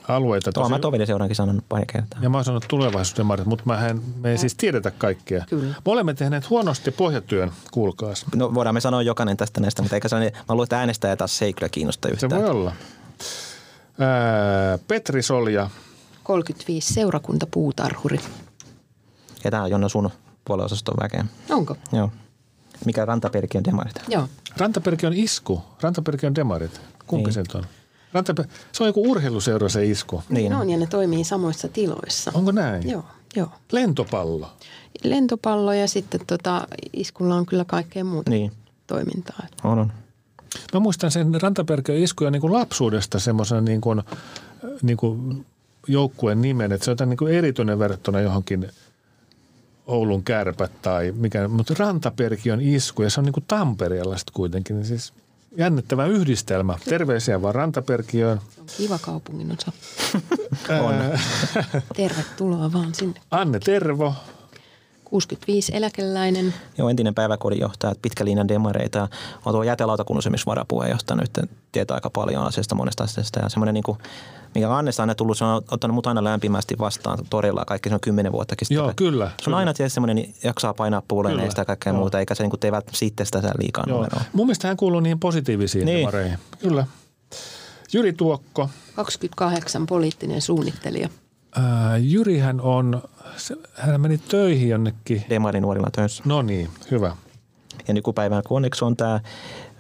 S1: alueita.
S3: Tuo mä Toveli seurankin sanonut pari kertaa.
S1: Ja mä oon sanonut tulevaisuusdemarit, mutta mähän, me ei siis tiedetä kaikkea.
S2: Kyllä.
S1: Me olemme tehneet huonosti pohjatyön, kuulkaas.
S3: No voidaan me sanoa jokainen tästä näistä, mutta eikä se ole, niin- mä luulen, että äänestäjä taas se ei kyllä kiinnosta
S1: Se
S3: yhtään.
S1: voi olla. Ää, Petri Solja,
S2: 35 seurakunta puutarhuri.
S3: Ja tää on Jonna sun puolueosaston väkeä.
S2: Onko?
S3: Joo. Mikä rantaperki on demarit?
S2: Joo.
S1: Rantaperki on isku. Rantaperki on demarit. Kumpi
S3: Niin.
S1: se nyt on? Rantaper... Se on joku urheiluseura se isku.
S3: Niin.
S2: Ne No on ja ne toimii samoissa tiloissa.
S1: Onko näin?
S2: Joo, joo.
S1: Lentopallo.
S2: Lentopallo ja sitten tota, iskulla on kyllä kaikkea muuta
S3: Niin.
S2: toimintaa.
S3: On, on.
S1: Mä muistan sen Rantaperkiön iskuja niin kuin lapsuudesta semmoisena niin kuin, niin kuin joukkueen nimen, että se on jotain niin kuin erityinen verrattuna johonkin Oulun kärpät tai mikä, mutta Rantaperkiön isku ja se on niin kuin Tampereella sitten kuitenkin, niin siis jännittävä yhdistelmä. Terveisiä vaan Rantaperkiöön.
S2: Se on kiva kaupungin osa.
S1: On.
S2: Tervetuloa vaan sinne.
S1: Anne Tervo,
S2: 65 eläkeläinen.
S3: Joo, entinen päiväkodin johtaja, pitkä linjan demareita. On tuo jätelautakunnan esimerkiksi varapuheenjohtaja nyt, tietää aika paljon asiasta monesta asiasta. Ja semmoinen, niin kuin, mikä Annesta aina tullut, se on ottanut mut aina lämpimästi vastaan torilla kaikki se on kymmenen vuottakin sitten.
S1: Joo, kyllä,
S3: Se on
S1: kyllä.
S3: aina tietysti semmoinen, niin jaksaa painaa puoleen
S1: Kyllä,
S3: ja sitä kaikkea
S1: joo.
S3: muuta, eikä se niin kuin, tee välttämättä siitä sitä liikaa
S1: Joo.
S3: numeroa.
S1: Mun mielestä hän kuuluu niihin positiivisiin niin.
S3: Niin.
S1: demareihin. Kyllä. Jyri Tuokko.
S2: 28 poliittinen suunnittelija.
S1: Ää, Jyrihän on, se, hän meni töihin jonnekin.
S3: Demari nuorilla töissä.
S1: No niin, hyvä.
S3: Ja nykypäivänä, kun onneksi on tämä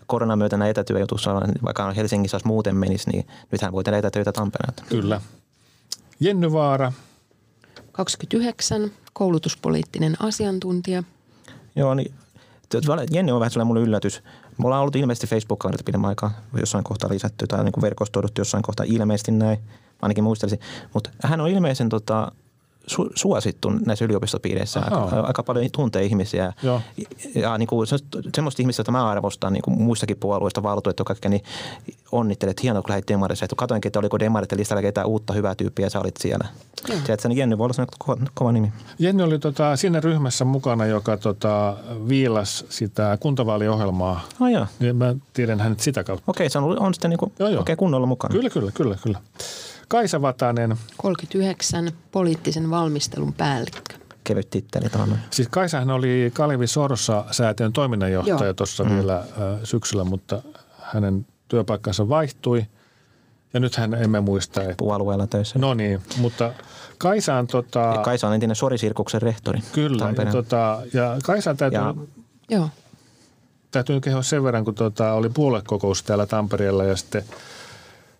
S3: koronan myötä nämä etätyöjutut, vaikka Helsingissä olisi muuten menisi, niin nythän voi tehdä etätöitä Tampereelta.
S1: Kyllä. Jenny Vaara.
S2: 29 koulutuspoliittinen asiantuntija.
S3: Joo, niin Tö- tö- Jenni on vähän sellainen mulle yllätys. Me ollaan ollut ilmeisesti Facebook-kavereita pidemmän aikaa jossain kohtaa lisätty tai niin verkostoiduttu jossain kohtaa ilmeisesti näin, ainakin muistelisin. Mutta hän on ilmeisen tota, su- suosittu näissä yliopistopiireissä. Aika,
S1: Ahaa.
S3: aika, paljon tuntee ihmisiä.
S1: Joo.
S3: Ja, ja niin kuin, se, semmoista ihmistä, joita mä arvostan niin kuin muistakin puolueista, valtuutettu ja kaikkea, niin onnittelen, että hienoa, kun lähdit demarissa. Että Katoinkin, että oliko demareiden listalla ketään uutta hyvää tyyppiä, ja sä olit siellä.
S2: Joo.
S3: Tiedätkö, niin Jenni voi olla sellainen ko- kova nimi.
S1: Jenny oli tota, siinä ryhmässä mukana, joka tota, viilas sitä kuntavaaliohjelmaa.
S3: Ai joo.
S1: Niin mä tiedän hänet sitä kautta.
S3: Okei, se on, ollut- on sitten niin kuin,
S1: Joo, joo.
S3: Okei, kunnolla mukana.
S1: Kyllä, kyllä, kyllä, kyllä. Kaisa Vatanen.
S2: 39 poliittisen valmistelun päällikkö.
S3: kevyt titteli tuohon.
S1: Siis Kaisahan oli Kalevi Sorsa säätiön toiminnanjohtaja
S2: Joo.
S1: tuossa mm. vielä ö, syksyllä, mutta hänen työpaikkansa vaihtui. Ja nythän emme muista. Että...
S3: puolueella töissä. No.
S1: No niin, mutta Kaisa on tota...
S3: Kaisa on entinen Sorisirkuksen rehtori.
S1: Kyllä, ja,
S3: Tampereen.
S1: tota, ja Kaisa täytyy, ja...
S3: Ja-
S2: Joo,
S1: täytyy kehoa sen verran, kun tota, oli puoluekokous täällä Tampereella ja sitten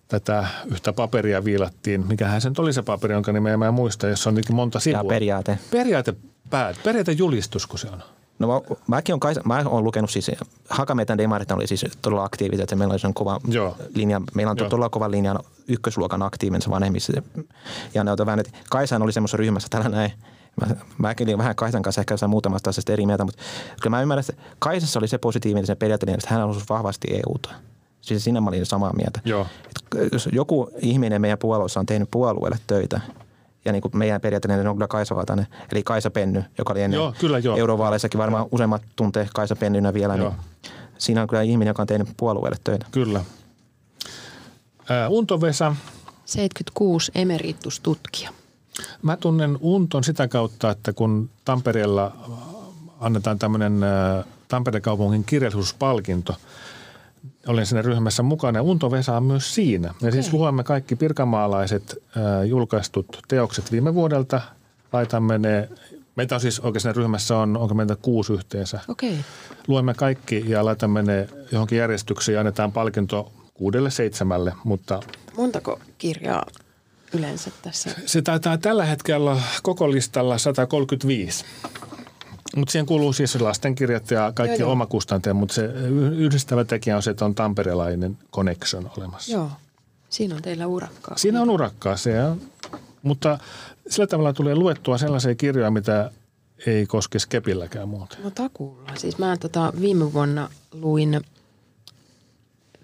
S1: tätä yhtä paperia viilattiin. Mikähän se nyt oli se paperi, jonka nimeä mä en muista, jos on niin monta
S3: ja
S1: sivua.
S3: periaate.
S1: Periaatepäät, periaatejulistus, kun se on.
S3: No mä, mäkin on Kaisa, mä oon lukenut siis, Hakametän demarit oli siis todella aktiivisia, että meillä oli sen kova
S1: Joo.
S3: linja, meillä on
S1: Joo.
S3: Joo. todella kova linja ykkösluokan aktiivinsa vanhemmissa. Ja ne on vähän, että Kaisan oli semmoisessa ryhmässä täällä näin. Mä, mäkin olin vähän Kaisan kanssa ehkä jossain muutamasta asiasta eri mieltä, mutta kyllä mä ymmärrän, että Kaisassa oli se positiivinen se periaatteellinen, että hän halusi vahvasti EUta. Siis siinä mä olin samaa mieltä.
S1: Joo.
S3: Et jos joku ihminen meidän puolueessa on tehnyt puolueelle töitä, ja niin kuin meidän periaatteellinen on kyllä Kaisa Vatanen, eli Kaisa Penny, joka oli ennen
S1: Joo, kyllä, joo.
S3: eurovaaleissakin varmaan useimmat tuntee Kaisa Pennynä vielä,
S1: Joo.
S3: niin siinä on kyllä ihminen, joka on tehnyt puolueelle töitä.
S1: Kyllä. Ää, Unto Vesa.
S2: 76 emeritustutkija.
S1: Mä tunnen Unton sitä kautta, että kun Tampereella äh, annetaan tämmöinen äh, Tampereen kaupungin kirjallisuuspalkinto, olen siinä ryhmässä mukana ja Unto Vesa on myös siinä. Ja siis
S2: Okei.
S1: luemme kaikki pirkamaalaiset äh, julkaistut teokset viime vuodelta, laitamme ne, meitä on siis oikein siinä ryhmässä on, onko meitä kuusi yhteensä.
S2: Okei, okay.
S1: Luemme kaikki ja laitamme ne johonkin järjestykseen ja annetaan palkinto kuudelle seitsemälle, mutta
S2: montako kirjaa yleensä tässä?
S1: Se taitaa tällä hetkellä olla koko listalla 135. Mutta siihen kuuluu siis lastenkirjat ja kaikki
S2: Joo, joo.
S1: omakustanteet, mutta se y- yhdistävä tekijä on se, että on tamperelainen connection olemassa.
S2: Joo, siinä on teillä urakkaa.
S1: Siinä on urakkaa se, ja- mutta sillä tavalla tulee luettua sellaisia kirjoja, mitä ei koske kepilläkään muuten.
S2: No takuulla. Siis mä tota, viime vuonna luin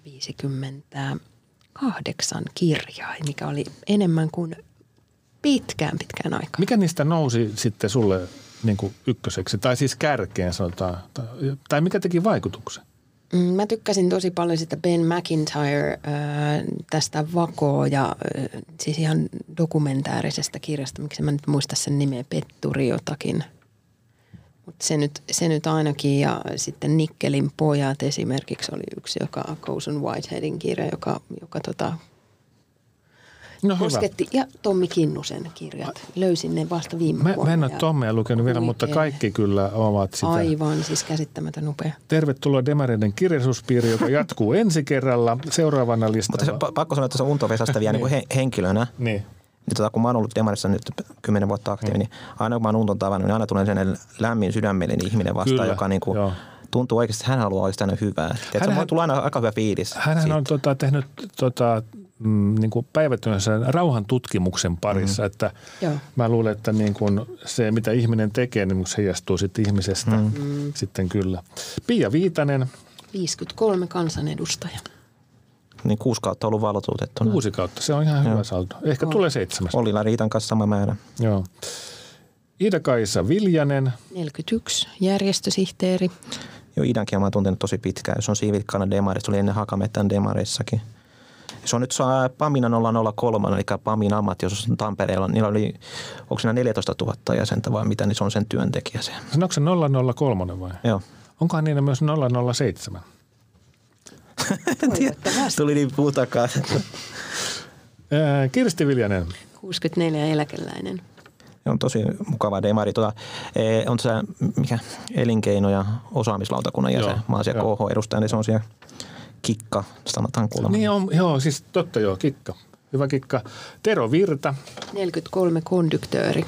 S2: 58 kirjaa, mikä oli enemmän kuin pitkään pitkään aikaan.
S1: Mikä niistä nousi sitten sulle niinku, niin kuin ykköseksi, tai siis kärkeen sanotaan, tai- tai mikä teki vaikutuksen?
S2: Mm, Mä tykkäsin tosi paljon sitä Ben McIntyre ää, tästä Vakoa ja ää, siis ihan dokumentaarisesta kirjasta, miksi mä nyt muista sen nimeä, Petturi jotakin. Mut se, nyt, se nyt ainakin ja sitten Nikkelin pojat esimerkiksi oli yksi, joka Cousin Whiteheadin kirja, joka, joka tota,
S1: No
S2: kosketti. Ja Tommi Kinnusen kirjat. Löysin ne vasta viime
S1: Mä,
S2: vuonna.
S1: mä en ole
S2: ja
S1: Tommea lukenut vielä, mutta
S2: huikea.
S1: kaikki kyllä ovat sitä.
S2: Aivan, siis käsittämätön upea.
S1: Tervetuloa Demareiden kirjallisuuspiiri, joka jatkuu ensi kerralla. Seuraavana
S3: Mutta se,
S1: listalla.
S3: pa- pakko sanoa tuossa Unto Vesasta vielä niin. niin henkilönä.
S1: Niin.
S3: Niin tota, kun mä oon ollut Demarissa nyt kymmenen vuotta aktiivinen, niin aina kun mä oon Unton tavannut, niin aina tulee sellainen lämmin sydämellinen ihminen vastaan,
S1: Kyllä,
S3: joka niin kuin
S1: joo.
S3: tuntuu oikeasti, että hän haluaa oikeasti aina hyvää. Tiedätkö,
S1: Hänhän-
S3: mulla tulee aina aika hyvä fiilis.
S1: Hän
S3: siitä.
S1: on tota, tehnyt tota, mm, niin kuin päivätyönsä rauhan tutkimuksen parissa, mm-hmm. että
S2: Joo.
S1: mä luulen, että niin kuin se, mitä ihminen tekee, niin se heijastuu sitten ihmisestä mm-hmm. sitten kyllä. Pia Viitanen,
S2: 53 kansanedustaja.
S3: Niin kuusi kautta ollut valtuutettuna.
S1: kuusi kautta, se on ihan hyvä saldo. Ehkä tulee seitsemäs.
S3: Ollila Riitan kanssa sama määrä.
S1: Joo. Ida-Kaisa Viljanen,
S2: 41 järjestösihteeri.
S3: Jo Idankin mä oon tuntenut tosi pitkään. Se on siivikkana demarissa, oli ennen Hakamettan demareissakin. Se on nyt saa Pamina 003, eli Pamin ammattiosassa Tampereella. Niillä oli, onko siinä 14 000 jäsentä vai mitä, niin se on sen työntekijä se.
S1: onko se 003 vai?
S3: Joo.
S1: Onkohan niillä myös 007?
S2: Toivottavasti.
S3: Tuli niin puutakaan.
S1: Ää, Kirsti Viljanen,
S2: 64 eläkeläinen.
S3: on tosi mukava demari. Tuota, eh, on se mikä, elinkeino- ja osaamislautakunnan jäsen.
S1: Joo,
S3: Mä oon siellä
S1: joo.
S3: KH-edustaja, niin se on siellä kikka, sanotaan kuulemma.
S1: niin on, joo, siis totta joo, kikka. Hyvä kikka. Tero Virta,
S2: 43 konduktööri.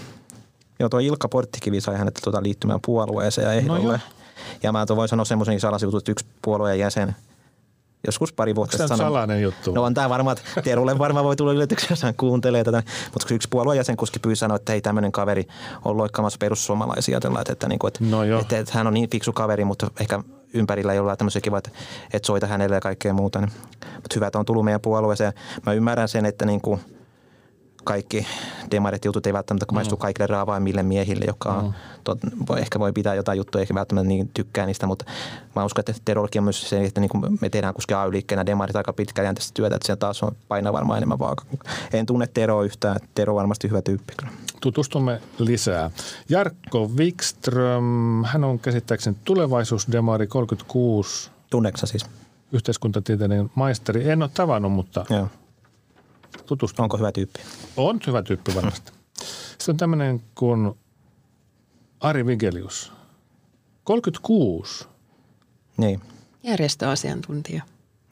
S3: Joo, tuo Ilkka Porttikivi sai hänet tuota liittymään puolueeseen ja ehdolle.
S1: joo.
S3: No ja mä tuon voin sanoa semmoisen salasivutun, että yksi puolueen jäsen joskus pari vuotta
S1: tämä on
S3: sanoi-
S1: salainen juttu?
S3: No on tämä varmaan, että Terulle varmaan voi tulla yllätyksen, jos hän kuuntelee tätä. Mutta yksi puolueen jäsenkuski pyysi sanoa, että hei tämmöinen kaveri on loikkaamassa perussuomalaisia. Tällä, että, että, niinku, että,
S1: No joo.
S3: että, että, hän on niin fiksu kaveri, mutta ehkä ympärillä ei ole tämmöisiä kiva, että, että soita hänelle ja kaikkea muuta. Niin. Mutta hyvä, että on tullut meidän puolueeseen. Mä ymmärrän sen, että niinku, kaikki demarit jutut ei välttämättä
S1: Mm.
S3: maistu kaikille raavaimmille miehille, jotka on, tot, voi, ehkä voi pitää jotain juttuja, eikä välttämättä niin tykkää niistä, mutta mä uskon, että Terollakin on myös se, että niin kuin me tehdään kuskin AY-liikkeenä demarit aika pitkäjänteistä työtä, että se taas on painaa varmaan enemmän vaaka. En tunne Teroa yhtään, Tero on varmasti hyvä tyyppi. kyllä.
S1: Tutustumme lisää. Jarkko Wikström, hän on käsittääkseni tulevaisuusdemari 36,
S3: Tunneksä siis?
S1: yhteiskuntatieteiden maisteri. En ole tavannut, mutta
S3: Joo.
S1: tutustun.
S3: Onko hyvä tyyppi?
S1: On hyvä tyyppi varmasti. Sitten on tämmöinen kuin Ari Vigelius. 36.
S3: Niin.
S2: Järjestöasiantuntija.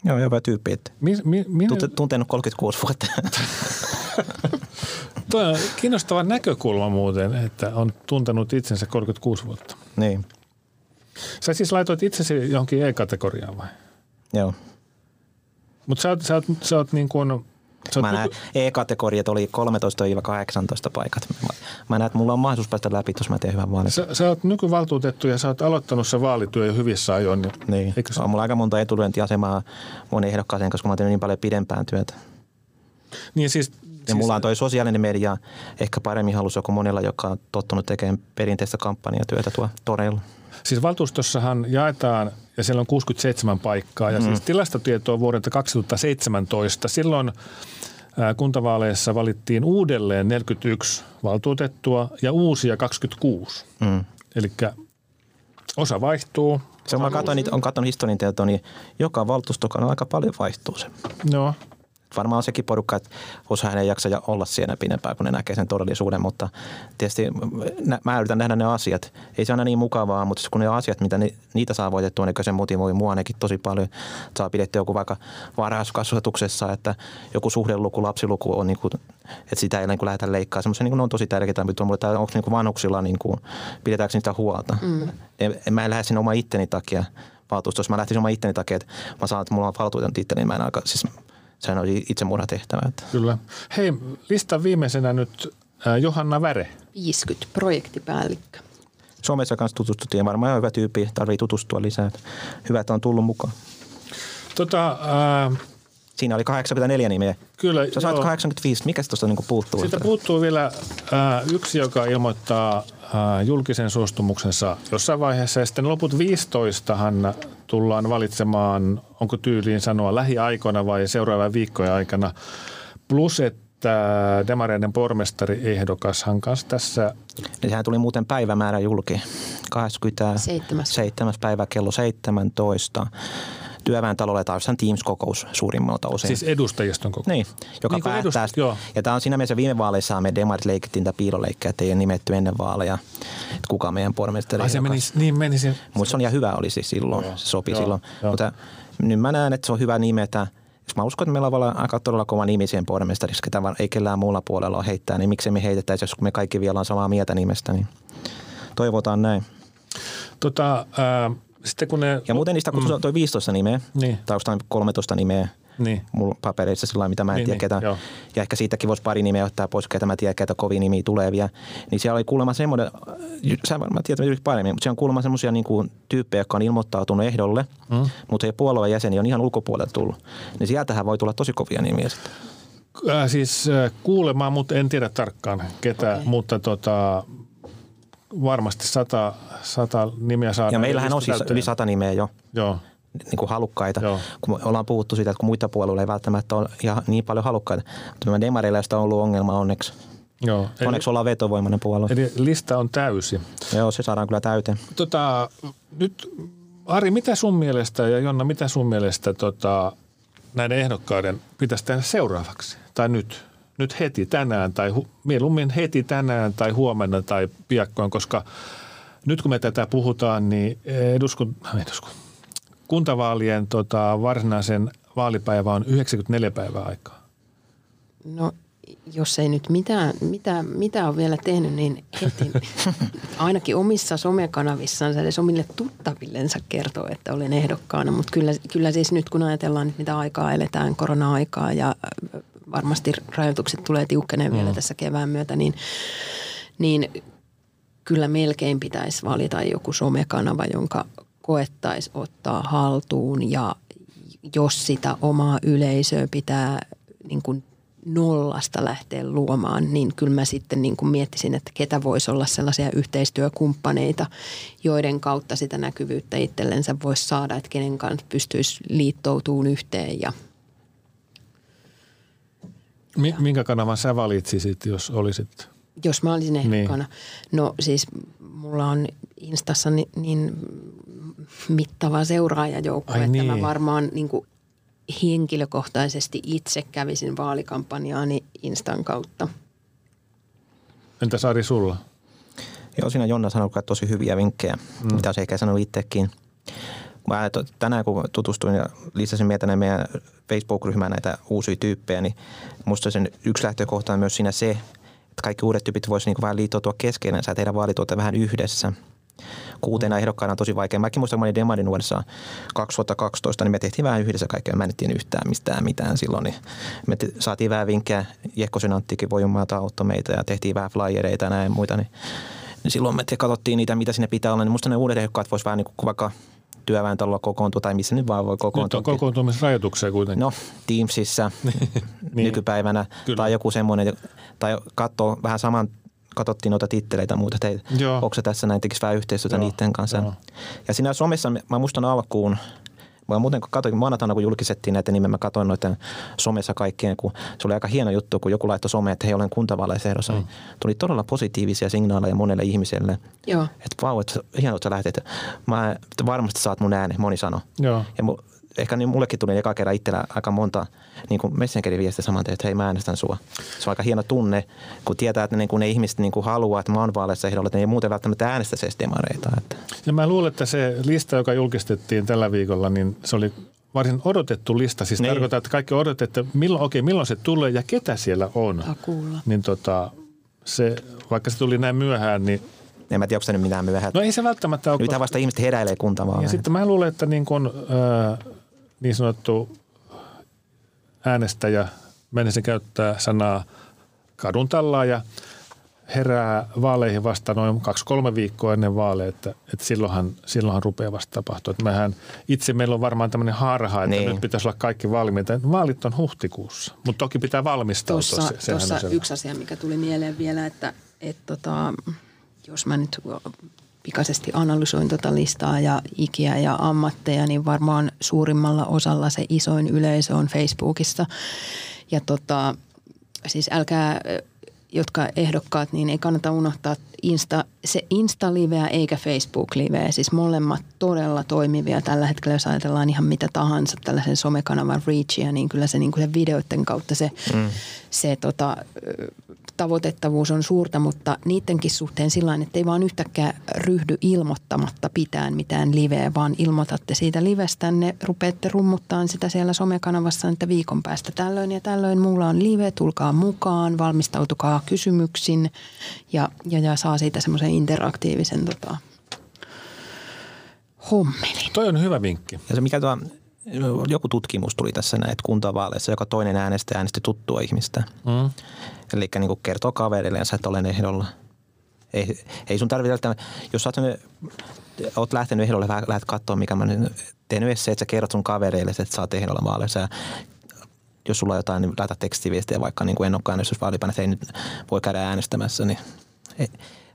S3: Joo, hyvä tyyppi. Että
S1: Mi, mi, minä,
S3: tunte- tuntenut 36 vuotta.
S1: Tuo on kiinnostava näkökulma muuten, että on tuntenut itsensä 36 vuotta.
S3: niin,
S1: Sä siis laitoit itsesi johonkin E-kategoriaan vai?
S3: joo.
S1: Mutta sä, oot- sä, oot- sä oot niin kuin... Sä oot
S3: Mä näen,
S1: nyky-
S3: E-kategoriat oli 13-18 paikat. Mä, mä näen, että mulla on mahdollisuus päästä läpi, jos mä teen hyvän vaalin.
S1: Sä, sä oot nykyvaltuutettu ja sä oot aloittanut se vaalityö jo hyvissä ajoin. Niin.
S3: Niin.
S1: Eikö se,
S3: on mulla aika monta etulyöntiasemaa monen ehdokkaaseen, koska mä oon tehnyt niin paljon pidempään työtä. Ja
S1: niin siis,
S3: siis...
S1: siis
S3: mulla on toi sosiaalinen media ehkä paremmin halussa kuin monella, joka on tottunut tekemään perinteistä kampanjatyötä tuo toreilla.
S1: Siis valtuustossahan jaetaan, ja siellä on 67 paikkaa, ja mm. siis tilastotietoa vuodelta 2017. Silloin ää, kuntavaaleissa valittiin uudelleen 41 valtuutettua ja uusia 26. Mm. Eli osa vaihtuu.
S3: Se on, mä katson, niitä- on katsonut historian tietoa, niin joka valtuustokana aika paljon vaihtuu se.
S1: No,
S3: Varmaan on sekin porukka, että osa hän ei jaksa ja olla siellä pidempään, kun ne näkee sen todellisuuden, mutta tietysti mm, nä- mä yritän nähdä ne asiat. Ei se aina niin mukavaa, mutta kun ne asiat, mitä ni- niitä saa voitettua, niin kyllä se motivoi mua ainakin tosi paljon. Saa pidetty joku vaikka varhaiskasvatuksessa, että joku suhdeluku, lapsiluku on niin kuin, että sitä ei niin kuin lähdetä leikkaamaan. Semmoisia niin kuin ne on tosi tärkeitä, mutta mulle tämä, onko niin kuin vanhuksilla, niin kuin, pidetäänkö niitä huolta. Mm. En, en- mä en lähde sinne oma itteni takia valtuustossa. Mä lähtisin oma itteni takia, että mä saan, että mulla on valtuutetun titteli, niin mä en alkaa, siis sehän oli itsemurhatehtävä. Että.
S1: kyllä. Hei, listan viimeisenä nyt ää, Johanna Väre.
S2: 50 projektipäällikkö.
S3: Suomessa kanssa tutustuttiin ja varmaan ihan hyvä tyyppi, tarvii tutustua lisää. Että Hyvä, että on tullut mukaan.
S1: Tota, ää,
S3: Siinä oli 84 nimeä.
S1: kyllä,
S3: Sä saat
S1: joo.
S3: 85, mikä tuosta niinku puuttuu?
S1: Siitä puuttuu vielä ää, yksi, joka äh, ilmoittaa ää, julkisen suostumuksen saa jossain vaiheessa. Ja sitten loput 15han tullaan valitsemaan, onko tyyliin sanoa lähiaikoina vai seuraavien viikkojen aikana. Plus, että demareiden pormestariehdokashan kanssa tässä
S3: Ja Sehän tuli muuten päivämäärä julki.
S2: 7.
S3: 27. päivä kello 17. Työväen talolla taas Teams-kokous suurimmalta osin.
S1: siis edustajiston koko.
S3: Niin, joka
S1: Niin
S3: niin
S1: kuin
S3: päättää.
S1: edust- joo.
S3: Edust- ja tämä on siinä mielessä viime vaaleissa me demarit leikittiin tätä piiloleikkiä, että ei ole nimetty ennen vaaleja, että kuka meidän pormestari
S1: Ai se menisi, niin menisi.
S3: Mutta se on ihan hyvä olisi silloin,
S1: Joo,
S3: se sopi
S1: joo,
S3: silloin.
S1: joo.
S3: Mutta nyt mä näen, että se on hyvä nimetä. Jos mä uskon, että meillä on vielä aika todella kova nimi siihen pormestariksi, ketä vaan- ei kellään muulla puolella ole heittää, niin miksi me heitettäisiin, jos me kaikki vielä on samaa mieltä nimestä, niin toivotaan näin.
S1: Tota, ää, sitten kun ne...
S3: Ja muuten niistä kutsutaan toi 15 nimeä,
S1: No, mm. Niin.
S3: tai onko 13 nimeä
S1: Niin.
S3: mulla papereissa sillä lailla, mitä mä en
S1: Niin,
S3: niin, tiedä
S1: niin,
S3: ketä.
S1: joo.
S3: Ja ehkä siitäkin voisi pari nimeä ottaa pois, ketä mä tiedän, ketä kovin nimiä tulee vielä. Niin siellä oli kuulemma semmoinen, äh, sä varmaan tiedät yritin paremmin, mutta siellä on kuulemma semmoisia niin kuin tyyppejä, jotka on ilmoittautunut ehdolle, mm. mutta ei puolueen jäseni on ihan ulkopuolelta tullut. Niin sieltähän voi tulla tosi kovia nimiä sitten.
S1: Äh, siis äh, kuulemaan, mutta en tiedä tarkkaan ketä, okay.
S2: Okei.
S1: mutta tota, varmasti sata, sata nimeä saadaan.
S3: Ja meillähän on
S1: lista
S3: siis
S1: täyteen.
S3: yli sata nimeä jo.
S1: Joo,
S3: niin kuin halukkaita.
S1: Joo.
S3: Joo. Kun me ollaan puhuttu siitä, että kun muita puolueilla ei välttämättä ole ihan niin paljon halukkaita. Mutta me demareilla ei sitä on ollut ongelma onneksi.
S1: joo.
S3: Eli, onneksi ollaan vetovoimainen puolue. Eli,
S1: eli lista on täysi.
S3: Joo, se saadaan kyllä täyteen.
S1: Tota, nyt Ari, mitä sun mielestä ja Jonna, mitä sun mielestä tota, näiden ehdokkaiden pitäisi tehdä seuraavaksi? Tai nyt, nyt heti tänään tai hu- mieluummin heti tänään tai huomenna tai piakkoin, koska nyt kun me tätä puhutaan, niin eduskun, eduskun, kuntavaalien tota, varsinaisen vaalipäivä on 94 päivää aikaa.
S2: No jos ei nyt mitään, mitä, mitä on vielä tehnyt, niin heti ainakin omissa somekanavissansa edes omille tuttavillensa kertoo, että olen ehdokkaana. Mutta kyllä, kyllä siis nyt kun ajatellaan, että mitä aikaa eletään, korona-aikaa ja äh, varmasti rajoitukset tulee tiukkeneen vielä tässä kevään myötä, niin, niin kyllä melkein pitäisi valita joku somekanava, jonka koettaisi ottaa haltuun ja jos sitä omaa yleisöä pitää niin kuin nollasta lähteä luomaan, niin kyllä mä sitten niin kuin miettisin, että ketä voisi olla sellaisia yhteistyökumppaneita, joiden kautta sitä näkyvyyttä itsellensä voisi saada, että kenen kanssa pystyisi liittoutumaan yhteen ja
S1: Mi- minkä kanavan sä valitsisit, jos olisit?
S2: Jos mä olisin ehdokkaana. Niin. No siis mulla on Instassa niin, niin mittava seuraajajoukko,
S1: Ai
S2: että
S1: niin.
S2: mä varmaan niin kuin henkilökohtaisesti itse kävisin vaalikampanjaani Instan kautta.
S1: Entäs Ari sulla?
S3: Joo, siinä Jonna sanoi kyllä tosi hyviä vinkkejä, mm. mitä se ehkä sanoi itsekin. Mä ajattelin, että tänään kun tutustuin ja lisäsin meitä tänne meidän Facebook-ryhmään näitä uusia tyyppejä, niin musta sen yksi lähtökohta on myös siinä se, että kaikki uudet tyypit voisi niin vähän liittoutua keskenänsä ja tehdä vaalituota vähän yhdessä. Kuutena ehdokkaana on tosi vaikea. Mäkin muistan, kun mä olin Demarin nuorissa 2012, niin me tehtiin vähän yhdessä kaikkea. Mä en tiennyt yhtään mistään mitään silloin. Niin me te- saatiin vähän vinkkejä. Jekkosen Anttikin voi jumalata auttoi meitä ja tehtiin vähän flyereita ja näin muita. Niin niin silloin me te- katsottiin niitä, mitä sinne pitää olla, niin musta ne uudet ehdokkaat voisi vähän niin kuin vaikka työväen talolla kokoontua tai missä nyt vaan voi
S1: Nyt on
S3: kokoontua.
S1: kokoontumisrajoituksia kuitenkin.
S3: No, Teamsissa
S1: Niin.
S3: niin. nykypäivänä
S1: Kyllä.
S3: Kyllä. tai joku semmoinen, tai katsoo vähän saman, katsottiin noita titteleitä ja muuta, että hei,
S1: Joo.
S3: onko se tässä näin, tekisi vähän yhteistyötä
S1: Joo,
S3: niiden kanssa.
S1: joo.
S3: Ja siinä somessa, mä- mä muistan alkuun, Mä muuten kun katsoin, maanantaina kun julkistettiin näitä nimiä, mä katsoin noita somessa kaikkien, kun se oli aika hieno juttu, kun joku laittoi someen, että hei, olen kuntavaalaisehdossa. Mm. Niin tuli todella positiivisia signaaleja monelle ihmiselle.
S2: Joo.
S3: Että vau, että hienoa, että sä lähdet. Mä, että varmasti saat mun äänen, moni sanoi.
S1: Joo.
S3: Ja mu, ehkä niin mullekin tuli eka kerran itsellä aika monta niin kuin messengerin viestiä saman tien, että hei mä äänestän sua. Se on aika hieno tunne, kun tietää, että ne, kun ne ihmiset niin kuin haluaa, että mä oon vaaleissa ehdolla, että ne ei muuten välttämättä äänestä se edes demareita. Että.
S1: Ja mä luulen, että se lista, joka julkistettiin tällä viikolla, niin se oli varsin odotettu lista. Siis niin.
S3: Niin.
S1: tarkoittaa, että kaikki odotettiin, että milloin, okei, milloin se tulee ja ketä siellä on.
S2: Saa kuulla.
S1: Niin tota, se, vaikka se tuli näin myöhään, niin
S3: En mä tiedä, onko se nyt mitään myöhään.
S1: no
S3: No,
S1: ei se välttämättä ole.
S3: Nythän vasta ihmiset heräilee kuntavaaleihin.
S1: Ja sitten mä luulen, että niin, kun, ää, niin sanottu äänestäjä, menisin käyttää sanaa kadun ja herää vaaleihin vasta noin kaksi-kolme viikkoa ennen vaaleja, että, että silloinhan, silloinhan rupeaa vasta tapahtua. Että mehän itse meillä on varmaan tämmöinen harha, että niin.
S3: Niin.
S1: nyt pitäisi olla kaikki valmiita. Vaalit on huhtikuussa, mutta toki pitää valmistautua.
S2: Tuossa,
S1: sehän on
S2: tuossa
S1: selvä.
S2: yksi asia, mikä tuli mieleen vielä, että et tota, jos mä nyt pikaisesti analysoin tätä listaa ja ikiä ja ammatteja, niin varmaan suurimmalla osalla se isoin yleisö on Facebookissa. Ja tota, siis älkää, jotka ehdokkaat, niin ei kannata unohtaa Insta, se Insta-liveä eikä Facebook-liveä. Siis molemmat todella toimivia tällä hetkellä, jos ajatellaan ihan mitä tahansa tällaisen somekanavan reachia, niin kyllä se, niin kuin se videoiden kautta se, mm. se tota, tavoitettavuus on suurta, mutta niidenkin suhteen sillä että ei vaan yhtäkään ryhdy ilmoittamatta pitään mitään liveä, vaan ilmoitatte siitä livestänne, rupeatte rummuttaan sitä siellä somekanavassa, että viikon päästä tällöin ja tällöin mulla on live, tulkaa mukaan, valmistautukaa kysymyksin ja, ja, ja saa siitä semmoisen interaktiivisen tota, hommelin.
S1: Toi on hyvä vinkki.
S3: Ja se mikä tuo, joku tutkimus tuli tässä näin, että kuntavaaleissa joka toinen äänestäjä äänesti tuttua ihmistä. Mm. Eli niin kertoo kaverilleen, että olen ehdolla. Ei, ei sun tarvitse, että jos sä oot, oot lähtenyt ehdolle, lähdet katsoa, mikä mä teen yhdessä, että sä kerrot sun kavereille, että sä oot ehdolla vaaleissa jos sulla on jotain, niin laita tekstiviestiä vaikka niin kuin en olekaan äänestysvaalipäin, että ei nyt voi käydä äänestämässä, niin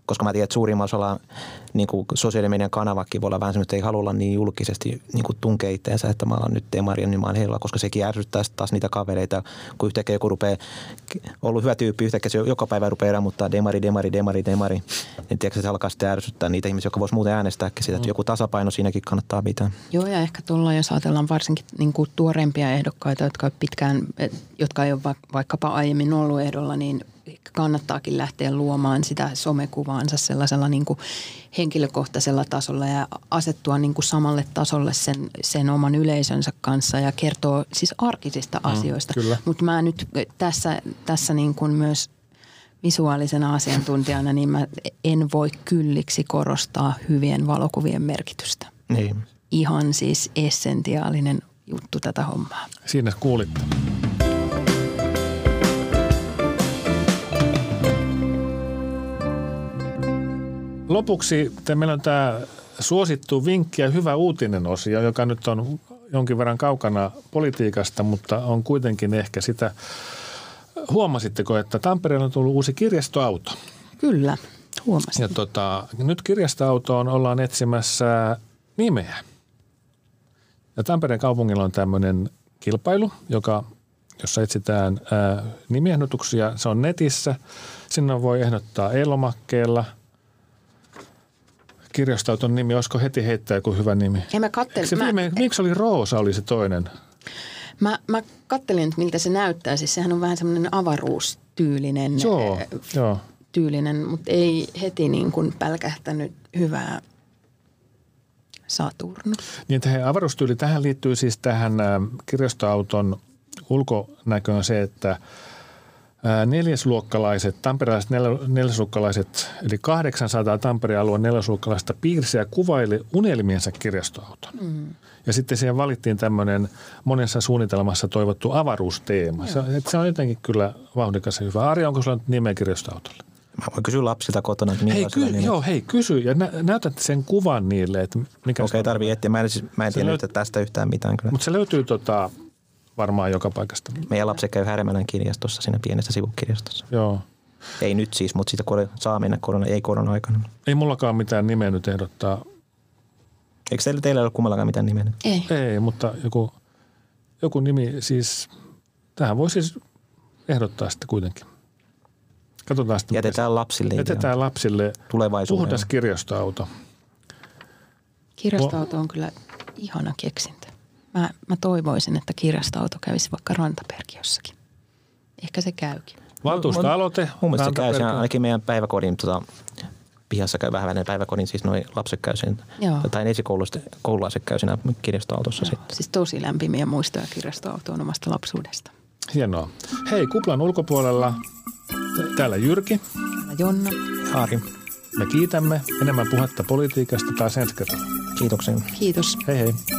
S3: koska mä tiedän, että suurimmalla osalla niin kuin sosiaalimedian kanavakin voi olla vähän semmoinen, että ei halua olla niin julkisesti niin kuin tunkea itseensä, että mä olen nyt demaria, niin mä olen heillä, koska sekin ärsyttää taas niitä kavereita, kun yhtäkkiä joku rupeaa, ollut hyvä tyyppi, yhtäkkiä se joka päivä rupeaa erämuttaa demari, demari, demari, demari. Niin tiedätkö, se alkaa sitten ärsyttää niitä ihmisiä, jotka voisi muuten äänestääkin sitä,
S1: Mm.
S3: että joku tasapaino siinäkin kannattaa pitää.
S2: Joo, ja ehkä tuolla, jos ajatellaan varsinkin niin kuin tuoreempia ehdokkaita, jotka, pitkään, jotka ei ole vaikkapa aiemmin ollut ehdolla, niin kannattaakin lähteä luomaan sitä somekuvaansa sellaisella niin kuin henkilökohtaisella tasolla ja asettua niin kuin samalle tasolle sen, sen oman yleisönsä kanssa ja kertoa siis arkisista mm, asioista. Mutta mä nyt e, tässä, tässä niin kuin myös visuaalisena asiantuntijana, niin mä en voi kylliksi korostaa hyvien valokuvien merkitystä.
S3: Niin.
S2: Ihan siis essentiaalinen juttu tätä hommaa.
S1: Siinä kuulitte. Lopuksi te, meillä on tämä suosittu vinkki ja hyvä uutinen osio, joka nyt on jonkin verran kaukana politiikasta, mutta on kuitenkin ehkä sitä. Huomasitteko, että Tampereella on tullut uusi kirjastoauto?
S2: Kyllä, huomasin.
S1: Ja tota, nyt kirjastoautoon ollaan etsimässä nimeä. Ja Tampereen kaupungilla on tämmöinen kilpailu, joka jossa etsitään ää, nimiehdotuksia. Se on netissä. Sinne voi ehdottaa elomakkeella – kirjastauton nimi, olisiko heti heittää joku hyvä nimi?
S2: En mä kattelin.
S1: Se viime, mä, miksi oli Roosa, oli se toinen?
S2: Mä, mä kattelin, että miltä se näyttää. Siis sehän on vähän semmoinen avaruustyylinen,
S1: joo, äh, joo.
S2: tyylinen, mutta ei heti niin kuin pälkähtänyt hyvää Saturn.
S1: Niin tähän avaruustyyli, tähän liittyy siis tähän kirjastoauton ulkonäköön se, että neljäsluokkalaiset, tamperelaiset neljäsluokkalaiset, eli 800 Tampereen alueen neljäsluokkalaista piirsiä kuvaili unelmiensa kirjastoauton. Mm. Ja sitten siihen valittiin tämmöinen monessa suunnitelmassa toivottu avaruusteema. Mm. Se, se, on jotenkin kyllä vauhdikas ja hyvä. Arja, onko sulla nyt nimeä kirjastoautolle?
S3: Mä voin kysyä lapsilta kotona, että
S1: hei, ky- nimet. Joo, hei, kysy ja nä- näytät sen kuvan niille, että mikä
S3: Okei, okay, tarvii etsiä. Mä en, siis, mä en tiedä löyt- tästä yhtään mitään kyllä.
S1: Mutta se löytyy tota, varmaan joka paikasta.
S3: Meidän lapset käy Härmälän kirjastossa, siinä pienessä sivukirjastossa.
S1: Joo.
S3: Ei nyt siis, mutta sitä korona, saa mennä korona, ei korona-aikana.
S1: Ei mullakaan mitään nimeä nyt ehdottaa.
S3: Eikö teillä, teillä ole kummallakaan mitään nimeä?
S2: Ei.
S1: Ei, mutta joku, joku nimi siis, tähän voi siis ehdottaa sitten kuitenkin. Katsotaan sitten.
S3: Jätetään lapsille.
S1: Jätetään idea. lapsille.
S3: Tulevaisuudelle.
S1: Puhutaan kirjastoauto.
S2: Kirjastoauto on kyllä ihana keksintö mä, mä toivoisin, että kirjastoauto kävisi vaikka Rantaperkiossakin. Ehkä se käykin.
S1: Valtuustoaloite.
S3: Mun mielestä se käy siinä ainakin meidän päiväkodin tota, pihassa käy vähän välinen päiväkodin, siis noin lapset käy siinä, tai esikoululaiset käy siinä kirjastoautossa Joo. sitten.
S2: Siis tosi lämpimiä muistoja kirjastoautoon omasta lapsuudesta.
S1: Hienoa. Hei, kuplan ulkopuolella täällä Jyrki.
S2: Täällä Jonna.
S3: Haari.
S1: Me kiitämme enemmän puhetta politiikasta taas ensi kerralla.
S3: Kiitoksia.
S2: Kiitos.
S1: Hei hei.